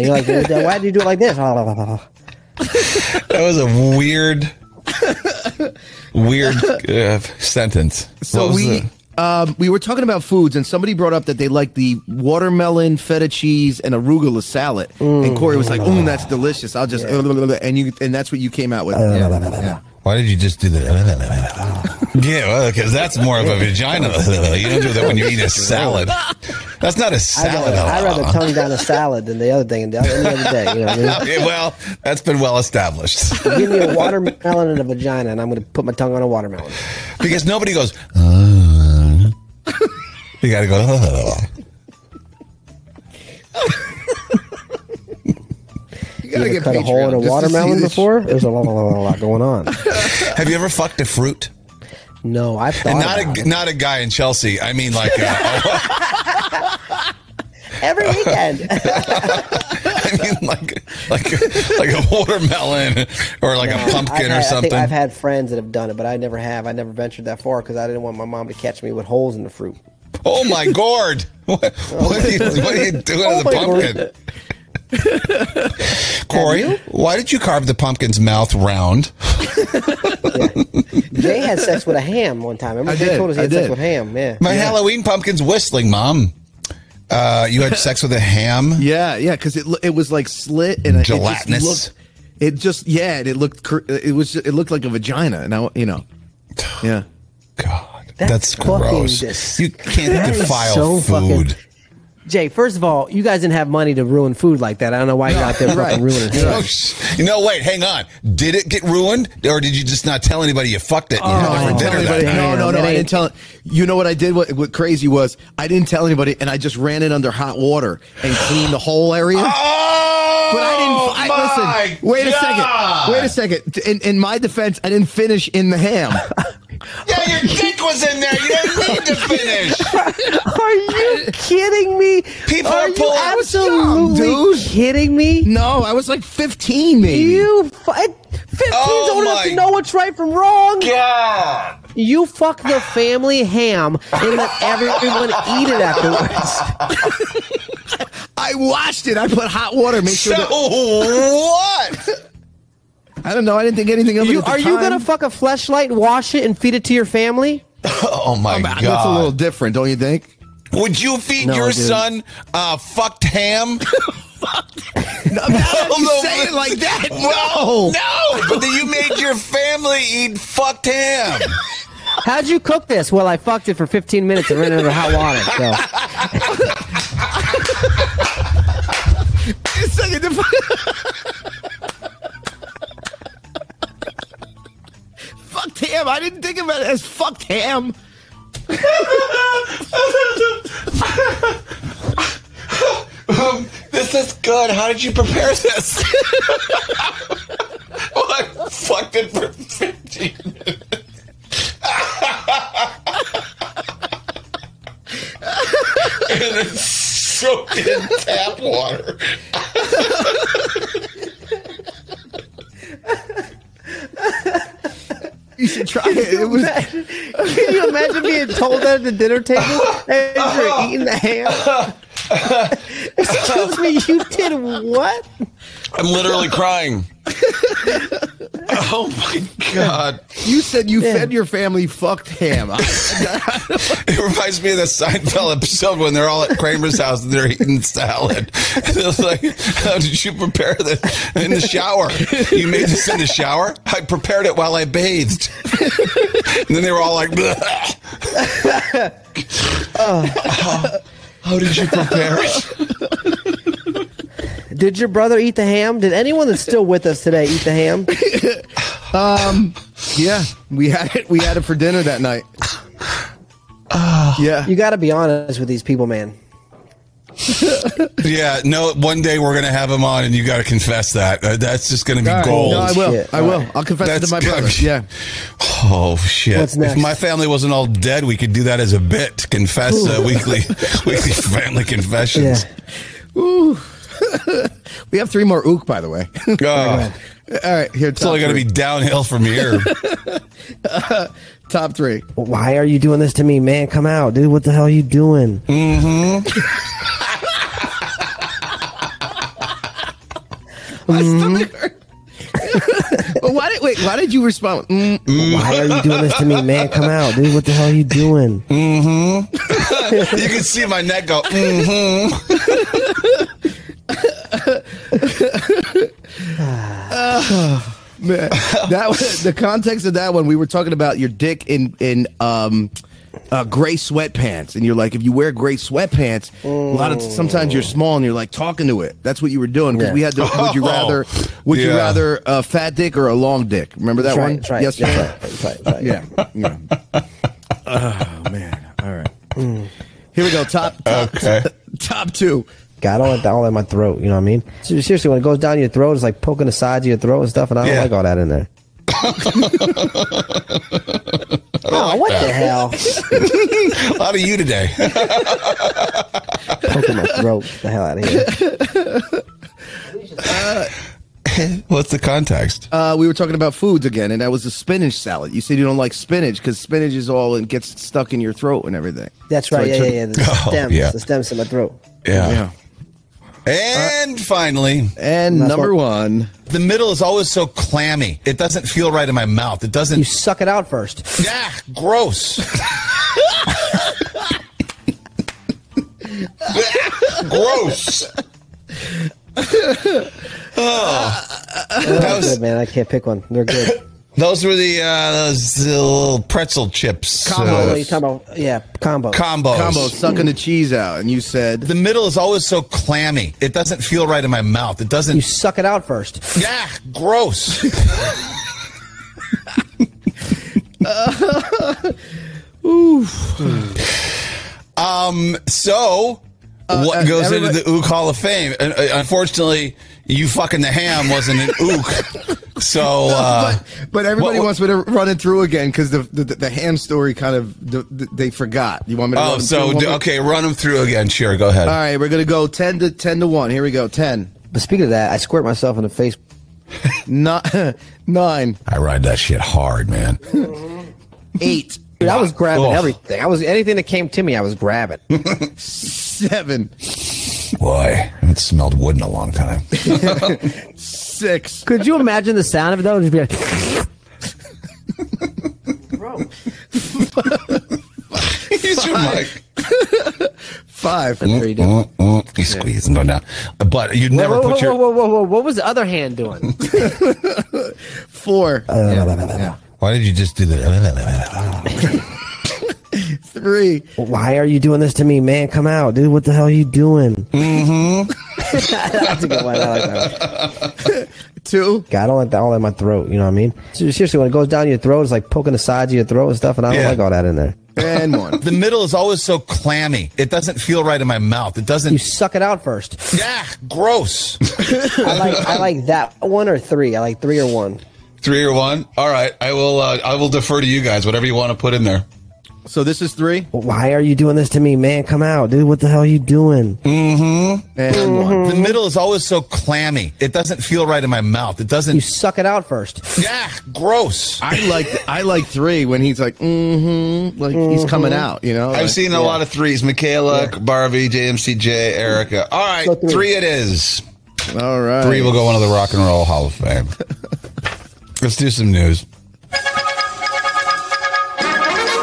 You're like, why do you do it like this? That was a weird, weird uh, sentence. What So was we the- um, we were talking about foods, and somebody brought up that they like the watermelon feta cheese and arugula salad. And Corey was like, "Ooh, that's delicious." I'll just and you and that's what you came out with. Yeah. Why did you just do that? yeah, well, because that's more of a vagina. you don't do that when you eat a salad. That's not a I'd salad. rather, I'd rather tongue down a salad than the other thing and the other, any other day. You know what I mean? Yeah, well, that's been well established. Give me a watermelon and a vagina, and I'm going to put my tongue on a watermelon. Because nobody goes. "Uh." you gotta go. "Uh." You You gotta ever get cut a Patreon hole in a just to see watermelon this. before? There's a lot, lot, lot going on. Have you ever fucked a fruit? Oh, No, I thought And not about a it. not a guy in Chelsea. I mean, like uh, every weekend. I mean, like like like a watermelon or like a pumpkin or I've had- I think something. I've had friends that have done it, but I never have. I never ventured that far because I didn't want my mom to catch me with holes in the fruit. oh my gourd! What, what, are you, what are you doing to the Oh my pumpkin? gourd. Corey, why did you carve the pumpkin's mouth round? Jay had sex with a ham one time. Remember, I Jay did, told us he I had sex did. with ham. Yeah. My Halloween pumpkin's whistling, Mom. Uh, you had sex with a ham. Yeah, yeah, because it lo- it was like slit and it- It Gelatinous. just, looked, it just yeah, and it looked cur- it was it looked like a vagina, and I you know, yeah. God, that's, That's fucking gross. dis- You can't That is defile so fucking- food. Jay, first of all, you guys didn't have money to ruin food like that. I don't know why you're out there Right. fucking ruining Yeah. it. Oh, sh- no, wait, hang on. Did it get ruined, or did you just not tell anybody you fucked it? and you Oh, had it for Tell dinner that anybody- night? no, no, Damn, no! it I ain't- didn't tell. You know what I did? What, what crazy was? I didn't tell anybody, and I just ran it under hot water and cleaned the whole area. Oh! But I didn't listen. my wait God. a second. Wait a second. In, in my defense, I didn't finish in the ham. Yeah, your dick was in there. You didn't need to finish. Are you kidding me? People are are you pulling- I was young, absolutely dude. kidding me? no, I was like 15, maybe. You fu- 15's Mm. Oh old enough my to know what's right from wrong. God. You fuck the family ham and let everyone eat it afterwards. I washed it. I put hot water. Make So sure. that- what? I don't know. I didn't think anything of it. You, at the are you time. gonna fuck a fleshlight, wash it, and feed it to your family? Oh my But God. That's a little different, don't you think? Would you feed No, I your didn't. son uh, fucked ham? Now that you No, say it but- like that, Well, no. No, but then you made your family eat fucked ham. How'd you cook this? Well, I fucked it for 15 minutes and ran it over hot water. So Wait a second. The- fucked ham. I didn't think about it as fucked ham. Um, this is good. How did you prepare this? well, I fucked it for 15 minutes. and it's soaked in tap water. You should try it. It was. can you imagine being told that at the dinner table and you're eating the ham? Excuse me, you did what? I'm literally crying. oh my god. You said you fed your family fucked ham. I- It reminds me of the Seinfeld episode when they're all at Kramer's house and they're eating salad. And it's like, how did you prepare this in the shower? You made this in the shower? I prepared it while I bathed. and then they were all like, "Bleh." how did you prepare it? Did your brother eat the ham? Did anyone that's still with us today eat the ham? yeah, we had it. We had it for dinner that night. Yeah. You got to be honest with these people, man. Yeah, no, one day we're going to have him on and you got to confess that. Uh, that's just going to be All right. gold. No, I will. Shit. I will. I'll confess it That's to my brother. gotta be- Yeah. Oh shit! What's next? If my family wasn't all dead, we could do that as a bit. Confess uh, weekly, weekly family Yeah. confessions. Ooh. we have three more ook, by the way. Oh, All right, here. it's only going to be downhill from here. top three. Why are you doing this to me, man? Come out, dude. What the hell are you doing? My stomach hurt. But why did wait? Why did you respond? Mm, Why are you doing this to me, man? Come out, dude. What the hell are you doing? you can see my neck go. "Mhm." man. That was the context of that one. We were talking about your dick in in um, uh, gray sweatpants, and you're like, if you wear gray sweatpants, a lot of sometimes you're small, and you're like talking to it. That's what you were doing because Yeah. we had. The, would Oh, you rather? Would you yeah. rather a fat dick or a long dick? Remember that That's right, that's one? right, Yes, that's sir. right, that's right, that's right. Yeah. yeah. oh man. All right. Mm. Here we go. Top top, Okay. top two. Got all it all in my throat. You know what I mean? Ser- Seriously, when it goes down your throat, it's like poking the sides of your throat and stuff, and I don't Yeah. like all that in there. oh, what the hell? A lot of you today. poking my throat. Get the hell out of here. What's the context? Uh, we were talking about foods again, and that was the spinach salad. You said you don't like spinach because spinach is all and gets stuck in your throat and everything. That's So right. I Yeah, yeah, took- yeah. The Oh, stems. yeah. The stems in my throat. yeah. Yeah. And finally, And That's number what- one, the middle is always so clammy. It doesn't feel right in my mouth. It You doesn't. suck it out first. Yeah, gross. gross. They're all was- good, man. I can't pick one. They're good. Those were the uh, those little pretzel chips uh, Combos. What are you talking about? Yeah, combo. combos. combo sucking the cheese out, and you said The middle is always so clammy. It doesn't feel right in my mouth. It you doesn't. suck it out first. Yeah, gross. Um. So what goes into Uh, everybody- the Ook Hall of Fame? And, uh, unfortunately, you fucking the ham wasn't an Ook. So, uh, But everybody what- wants me to run it through again because the, the the ham story kind of the, the, they forgot. You want me to? run oh, it so through d- one more- okay, run them through again. Sure, go ahead. All right, we're gonna go ten to ten to one. Here we go. Ten, But speaking of that, I squirt myself in the face. nine, nine, I ride that shit hard, man. eight, Dude, I was grabbing Ugh. everything. I was anything that came to me. I was grabbing. seven, Boy, I haven't smelled wood in a long time. six, Could you imagine the sound of it though? Just be like, Use your mic. five, you doing? Mm, mm, You squeeze and go down. But you'd never whoa, whoa, put whoa, your. whoa, whoa, whoa! What was the other hand doing? four, Why did you just do that? three, Why are you doing this to me, man? Come out, dude. What the hell are you doing? Mm-hmm. That's a good one. I like that. one. two, God, I don't like that all in my throat. You know what I mean? So seriously, when it goes down your throat, it's like poking the sides of your throat and stuff, and I don't Yeah. like all that in there. and one. The middle is always so clammy. It doesn't feel right in my mouth. It You doesn't. suck it out first. Yeah, gross. I like I like that one or three. I like three or one. Three or one. All right, I will. Uh, I will defer to you guys. Whatever you want to put in there. So this is three Why are you doing this to me, man? Come out, dude. What the hell are you doing? and one. The middle is always so clammy. It doesn't feel right in my mouth. It You doesn't. suck it out first. Yeah, gross. I like I like three when he's like mm-hmm, like he's coming out. You know, I've seen a lot of threes. Michaela, Barbie, JMCJ, Erica. All right, So three. three it is. of all right. Three will go into the Rock and Roll Hall of Fame. Let's do some news.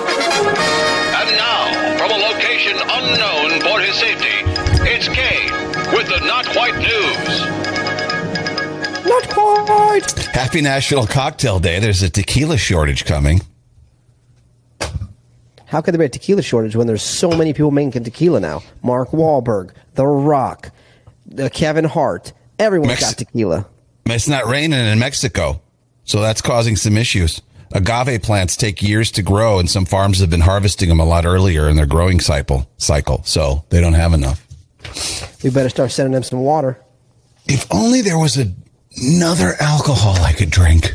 And now, from a location unknown for his safety, it's Kane with the Not White News. Happy National Cocktail Day. There's a tequila shortage coming. How could there be a tequila shortage when there's so many people making tequila now? Mark Wahlberg, The Rock, uh, Kevin Hart, everyone's Mex- got tequila. It's not raining in Mexico, so that's causing some issues. Agave plants take years to grow, and some farms have been harvesting them a lot earlier in their growing cycle. Cycle, so they don't have enough. We better start sending them some water. If only there was a, another alcohol I could drink.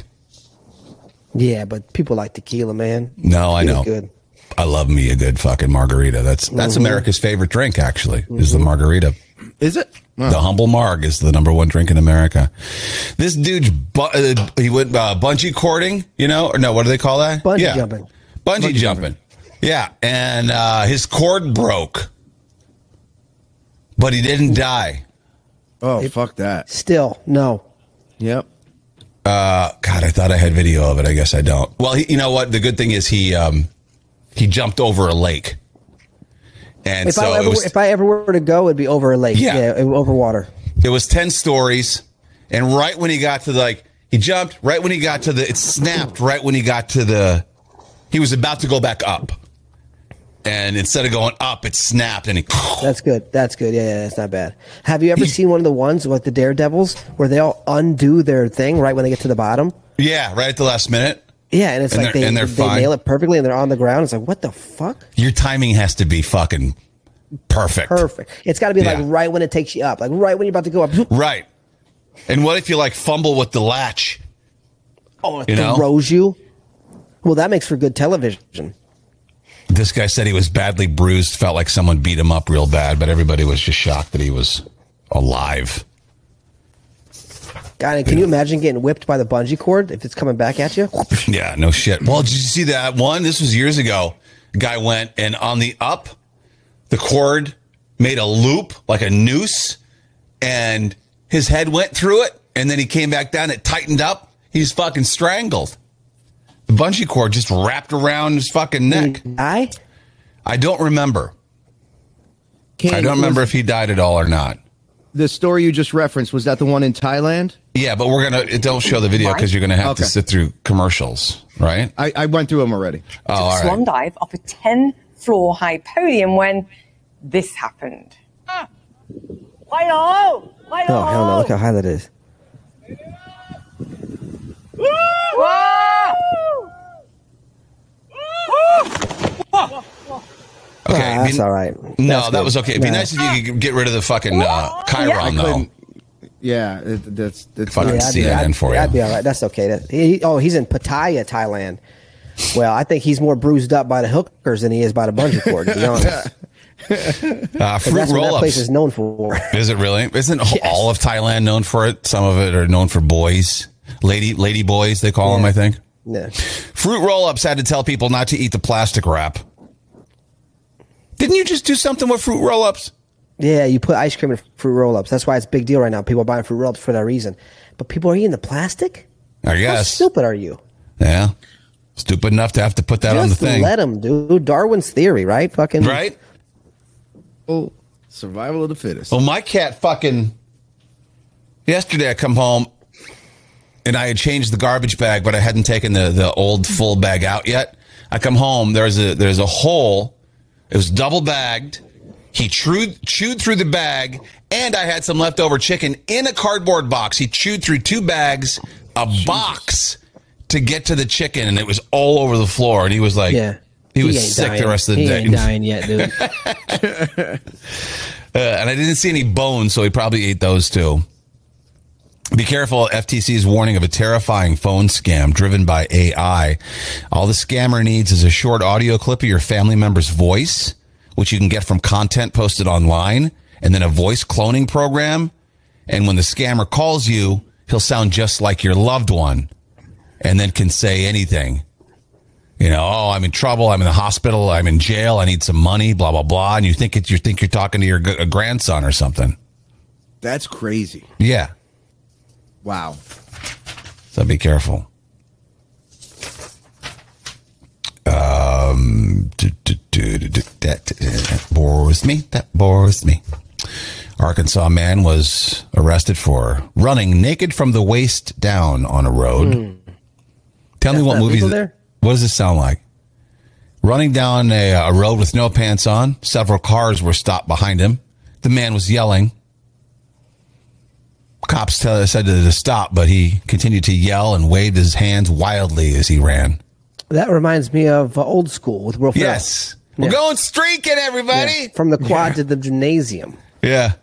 Yeah, but people like tequila, man. No, I know. Tequila's Good. Mm-hmm. I love me a good fucking margarita. That's that's America's favorite drink. Actually, is the margarita. Is it? Wow. The humble marg is the number one drink in America. This dude's bu- uh, he went uh, bungee cording, you know, or no, what do they call that? Bungee Yeah. jumping. Bungee, jumping. Yeah, and uh, his cord broke, but he didn't die. Oh fuck that. Still, no. Yep. God, I thought I had video of it. I guess I don't. Well, he, you know what? The good thing is he um, he jumped over a lake, and If so I ever it was if I ever were to go, it'd be over a lake. Yeah. Yeah, it- over water. It was 10 stories. And right when he got to the, like, he jumped right when he got to the, it snapped right when he got to the, he was about to go back up. And instead of going up, it snapped and he, That's good. That's good. Yeah, yeah, that's not bad. Have you ever seen one of the ones like the daredevils where they all undo their thing right when they get to the bottom? yeah, right at the last minute. Yeah, and it's And like they're- they, and they're they fine. nail it perfectly and they're on the ground. It's like, what the fuck? Your timing has to be fucking perfect. Perfect. It's got to be like Yeah. right when it takes you up, like right when you're about to go up. Right. And what if you like fumble with the latch? Oh, it You know? throws you. Well, that makes for good television. This guy said he was badly bruised, felt like someone beat him up real bad, but everybody was just shocked that he was alive. God, and can you imagine getting whipped by the bungee cord if it's coming back at you? Yeah, no shit. Well, did you see that one? This was years ago. Guy went and on the up, the cord made a loop like a noose, and his head went through it, and then he came back down. It tightened up. He's fucking strangled. The bungee cord just wrapped around his fucking neck. I I don't remember. I don't remember if he died at all or not. The story you just referenced was that the one in Thailand? Yeah, but we're gonna don't show the video because you're gonna have to Okay. sit through commercials, right? I, I went through them already. Oh, all swan right. dive off a 10 floor high podium when this happened. oh hell no! Look how high that is. Okay, Ah, that's be- all right. No, That's that good. was okay. It'd be No. nice if you could get rid of the fucking uh, Chiron, though. couldn't- Yeah, it, that's that's Fucking not- Yeah, I'd be- CNN for you. That'd be all right. That's okay. That, he, oh, he's in Pattaya, Thailand. Well, I think he's more bruised up by the hookers than he is by the bungee cord. To be honest, 'Cause Uh, fruit that's what that roll place ups. is known for. Is it really? Isn't all of Thailand known for it? Some of it are known for boys, lady lady boys. They call them, I think. Yeah. Fruit roll ups had to tell people not to eat the plastic wrap. Didn't you just do something with fruit roll ups? yeah, you put ice cream in fruit roll-ups. That's why it's a big deal right now. People are buying fruit roll-ups for that reason. But people are eating the plastic. I How guess. stupid are you? Yeah. Stupid enough to have to put that on the Just thing. let him, dude. Darwin's theory, right? Fucking Right? Oh, survival of the fittest. Well, my cat fucking. Yesterday, I come home and I had changed the garbage bag, but I hadn't taken the, the Hmm. old full bag out yet. I come home, there's a there's a hole. It was double bagged. He chewed chewed through the bag, and I had some leftover chicken in a cardboard box. He chewed through two bags, a box to get to the chicken, and it was all over the floor. And he was like, Yeah. he was ain't sick the dying. rest of the he day. Ain't dying yet, dude. Uh, and I didn't see any bones, so he probably ate those too. Be careful, FTC's warning of a terrifying phone scam driven by AI. All the scammer needs is a short audio clip of your family member's voice, which you can get from content posted online, and then a voice cloning program. And when the scammer calls you, he'll sound just like your loved one and then can say anything. You know, oh, I'm in trouble. I'm in the hospital. I'm in jail. I need some money. Blah blah blah. And you think it, you think you're talking to your g- uh, grandson or something. That's crazy. Yeah. Wow. So be careful. Um, do, do, do, do, do, that, that bores me. That bores me. Arkansas man was arrested for running naked from the waist down on a road. Tell me That's what not movies. legal there? What does this sound like? Running down a, a road with no pants on. Several cars were stopped behind him. The man was yelling. Cops tell, said to stop, but he continued to yell and waved his hands wildly as he ran. that reminds me of uh, old school with Will Ferrell. Yes. We're going streaking, everybody. From the quad to the gymnasium. Yeah.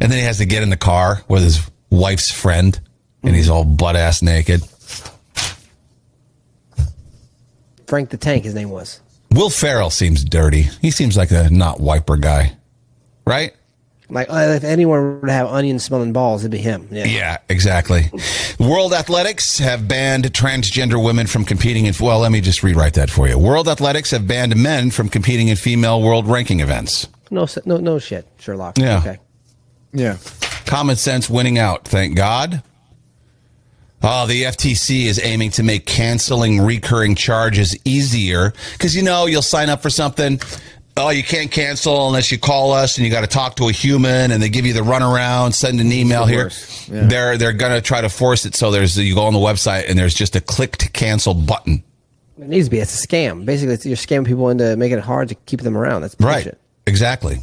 And then he has to get in the car with his wife's friend, and he's all butt ass naked. Frank the Tank, his name was. Will Farrell seems dirty. He seems like a not wiper guy, right? Like, uh, if anyone were to have onion smelling balls, it'd be him. Yeah. Yeah, exactly. World Athletics have banned transgender women from competing in. Well, let me just rewrite that for you. World Athletics have banned men from competing in female world ranking events. No, s- no, no shit, Sherlock. Yeah. Okay. Yeah. Common sense winning out, thank God. Oh, the FTC is aiming to make canceling recurring charges easier because you know you'll sign up for something. Oh, you can't cancel unless you call us, and you got to talk to a human, and they give you the runaround, send an email here. worst. Yeah. They're they're gonna try to force it. So there's you go on the website and there's just a click to cancel button. It needs to be. It's a scam. Basically, it's, you're scamming people into making it hard to keep them around. That's bullshit. Exactly.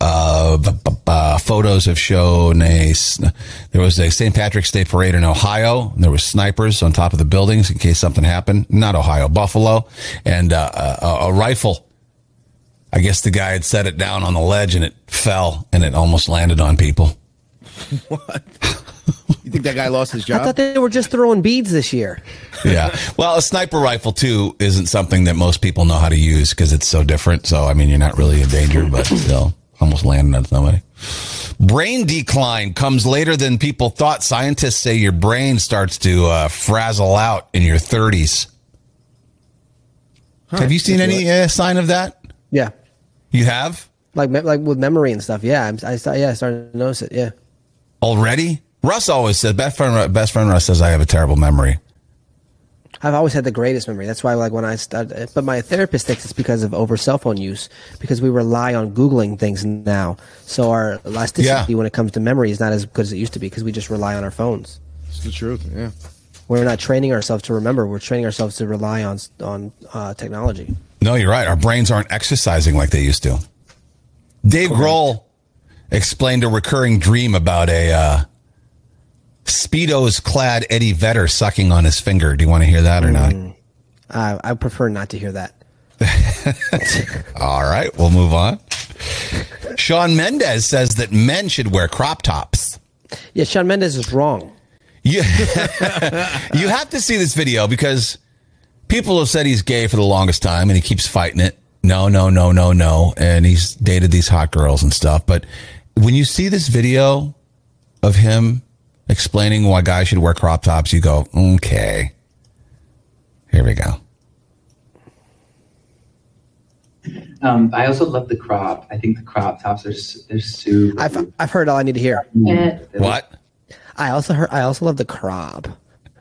Uh, b- b- b- photos have shown a. s- There was a St. Patrick's Day parade in Ohio. And there was snipers on top of the buildings in case something happened. Not Ohio, Buffalo, and uh, a, a- a rifle. I guess the guy had set it down on the ledge and it fell and it almost landed on people. You think that guy lost his I thought job? they were just throwing beads this year. Yeah. Well, a sniper rifle too isn't something that most people know how to use because it's so different. So I mean, you're not really in danger, but still, almost landing on somebody. Brain decline comes later than people thought. Scientists say your brain starts to uh, frazzle out in your 30s. Have you seen any uh, sign of that? Yeah. You have Like, me- like with memory and stuff. Yeah. I'm, I, sta- yeah, I started to notice it. Yeah. already. Russ always says, best friend, best friend Russ says, I have a terrible memory. I've always had the greatest memory. That's why, like, when I started, but my therapist thinks it's because of over cell phone use, because we rely on Googling things now. So our elasticity Yeah. when it comes to memory is not as good as it used to be because we just rely on our phones. It's the truth. Yeah. We're not training ourselves to remember. We're training ourselves to rely on s- on uh, technology. No, you're right. Our brains aren't exercising like they used to. Dave Grohl explained a recurring dream about a uh, Speedos clad Eddie Vedder sucking on his finger. Do you want to hear that or not? I, I prefer not to hear that. All right, we'll move on. Sean Mendez says that men should wear crop tops. Yeah, Sean Mendes is wrong. You, you have to see this video because people have said he's gay for the longest time and he keeps fighting it. No, no, no, no, no. And he's dated these hot girls and stuff. But when you see this video of him explaining why guys should wear crop tops, you go, okay, here we go. Um, I also love the crop. I think the crop tops are s- they're super. I've I've heard all I need to hear. What? I also heard. I also love the crop.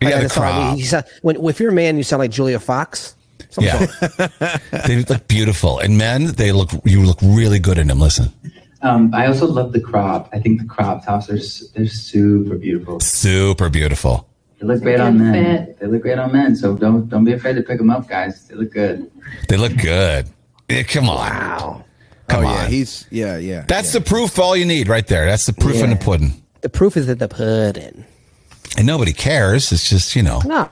Yeah, the that's all I need. crop. You sound- when if you're a man, you sound like Julia Fox. Yeah. they look beautiful. And men, they look, you look really good in them. Listen. Um, I also love the crop. I think the crop tops are s- they're super beautiful. Super beautiful. They look great on men. They look great on men. So don't don't be afraid to pick them up, guys. They look good. They look good. Yeah, come on. Wow. Come oh on. yeah, he's yeah yeah. That's the proof all you need right there. That's the proof in the pudding. The proof is in the pudding. And nobody cares. It's just, you know. No,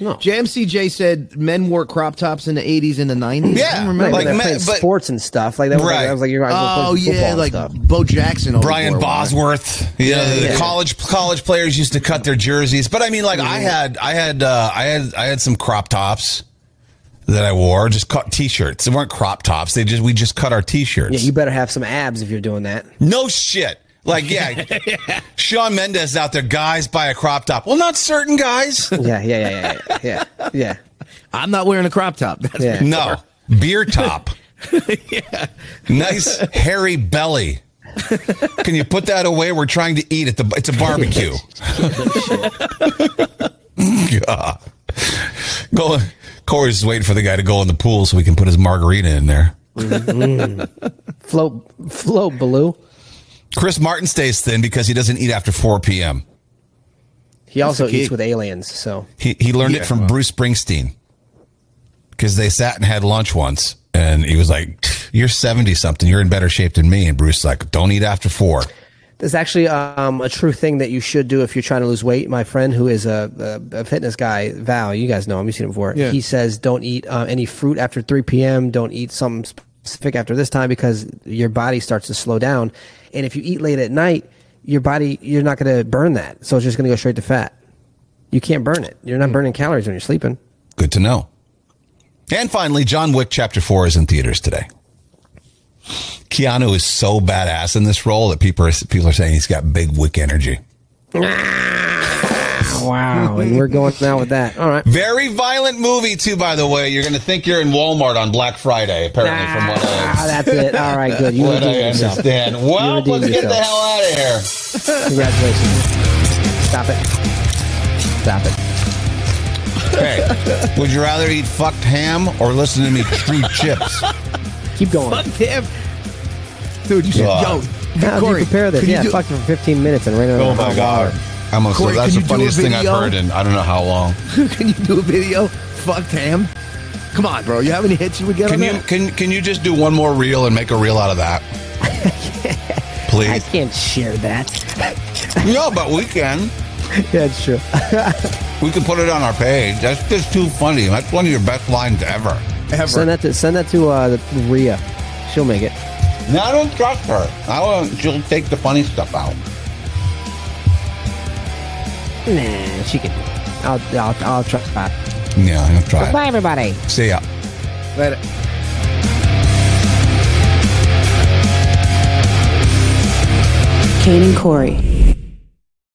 no. JMCJ said men wore crop tops in the 80s and the 90s. Yeah, I don't remember. Like, like that. when they're men- playing but- sports and stuff like that. was Right. Like, I was like, you're going oh to yeah, like stuff. Bo Jackson, always Brian wore one. Bosworth. Yeah, the yeah. college college players used to cut their jerseys. But I mean, like I had, I had, uh, I had, I had some crop tops that I wore. Just cut t-shirts. They weren't crop tops. They just we just cut our t-shirts. Yeah, you better have some abs if you're doing that. no shit. Like yeah, Sean Mendez out there. Guys buy a crop top. Well, not certain guys. Yeah, yeah, yeah, yeah, yeah, yeah. yeah. I'm not wearing a crop top. That's Yeah. No beer top. Nice hairy belly. Can you put that away? We're trying to eat at the. It's a barbecue. God. Go. Corey's waiting for the guy to go in the pool so we can put his margarita in there. Float, float, blue. Chris Martin stays thin because he doesn't eat after 4 p.m. He also the key. eats with aliens. So He he learned it from Bruce Springsteen because they sat and had lunch once, and he was like, "You're 70 something. You're in better shape than me." And Bruce's like, "Don't eat after four. It's actually um, a true thing that you should do if you're trying to lose weight. My friend, who is a, a, a fitness guy, Val, you guys know him, you've seen him before. Yeah. He says, don't eat uh, any fruit after 3 p.m., don't eat something specific after this time because your body starts to slow down. And if you eat late at night, your body, you're not going to burn that. So it's just going to go straight to fat. You can't burn it. You're Hmm. not burning calories when you're sleeping. Good to know. And finally, John Wick Chapter 4 is in theaters today. Keanu is so badass in this role that people are, people are saying he's got big Wick energy. Wow. and we're going now with that. All right. Very violent movie, too, by the way. You're going to think you're in Walmart on Black Friday, apparently, from what Ah, I, that's it. All right, good. You what I redeemed yourself. understand. Well, redeemed let's get the yourself. hell out of here. Congratulations. Stop it. Stop it. Hey, would you rather eat fucked ham or listen to me chew chips? Keep going. Damn. Dude, you should God. yo. How Corey, did you prepare this? can you Yeah, do- fucked for 15 minutes and ran Oh over. I'm a, Oh Corey, that's the can you do a funniest thing I've video? heard in I don't know how long. Can you do a video? Fucked ham. Come on, bro. You have any hits you would get Can on you that? can can you just do one more reel and make a reel out of that? I Please. can't share that. No, but we can. That's true. We can put it on our page. That's just too funny. That's one of your best lines ever. Ever. Send that to send that to uh, the, Rhea. She'll make it. No, I don't trust her. I won't. She'll take the funny stuff out. Nah, she can. I'll I'll, I'll try. Yeah, I'll try. Bye, everybody. It. See ya. Later. Kane and Corey.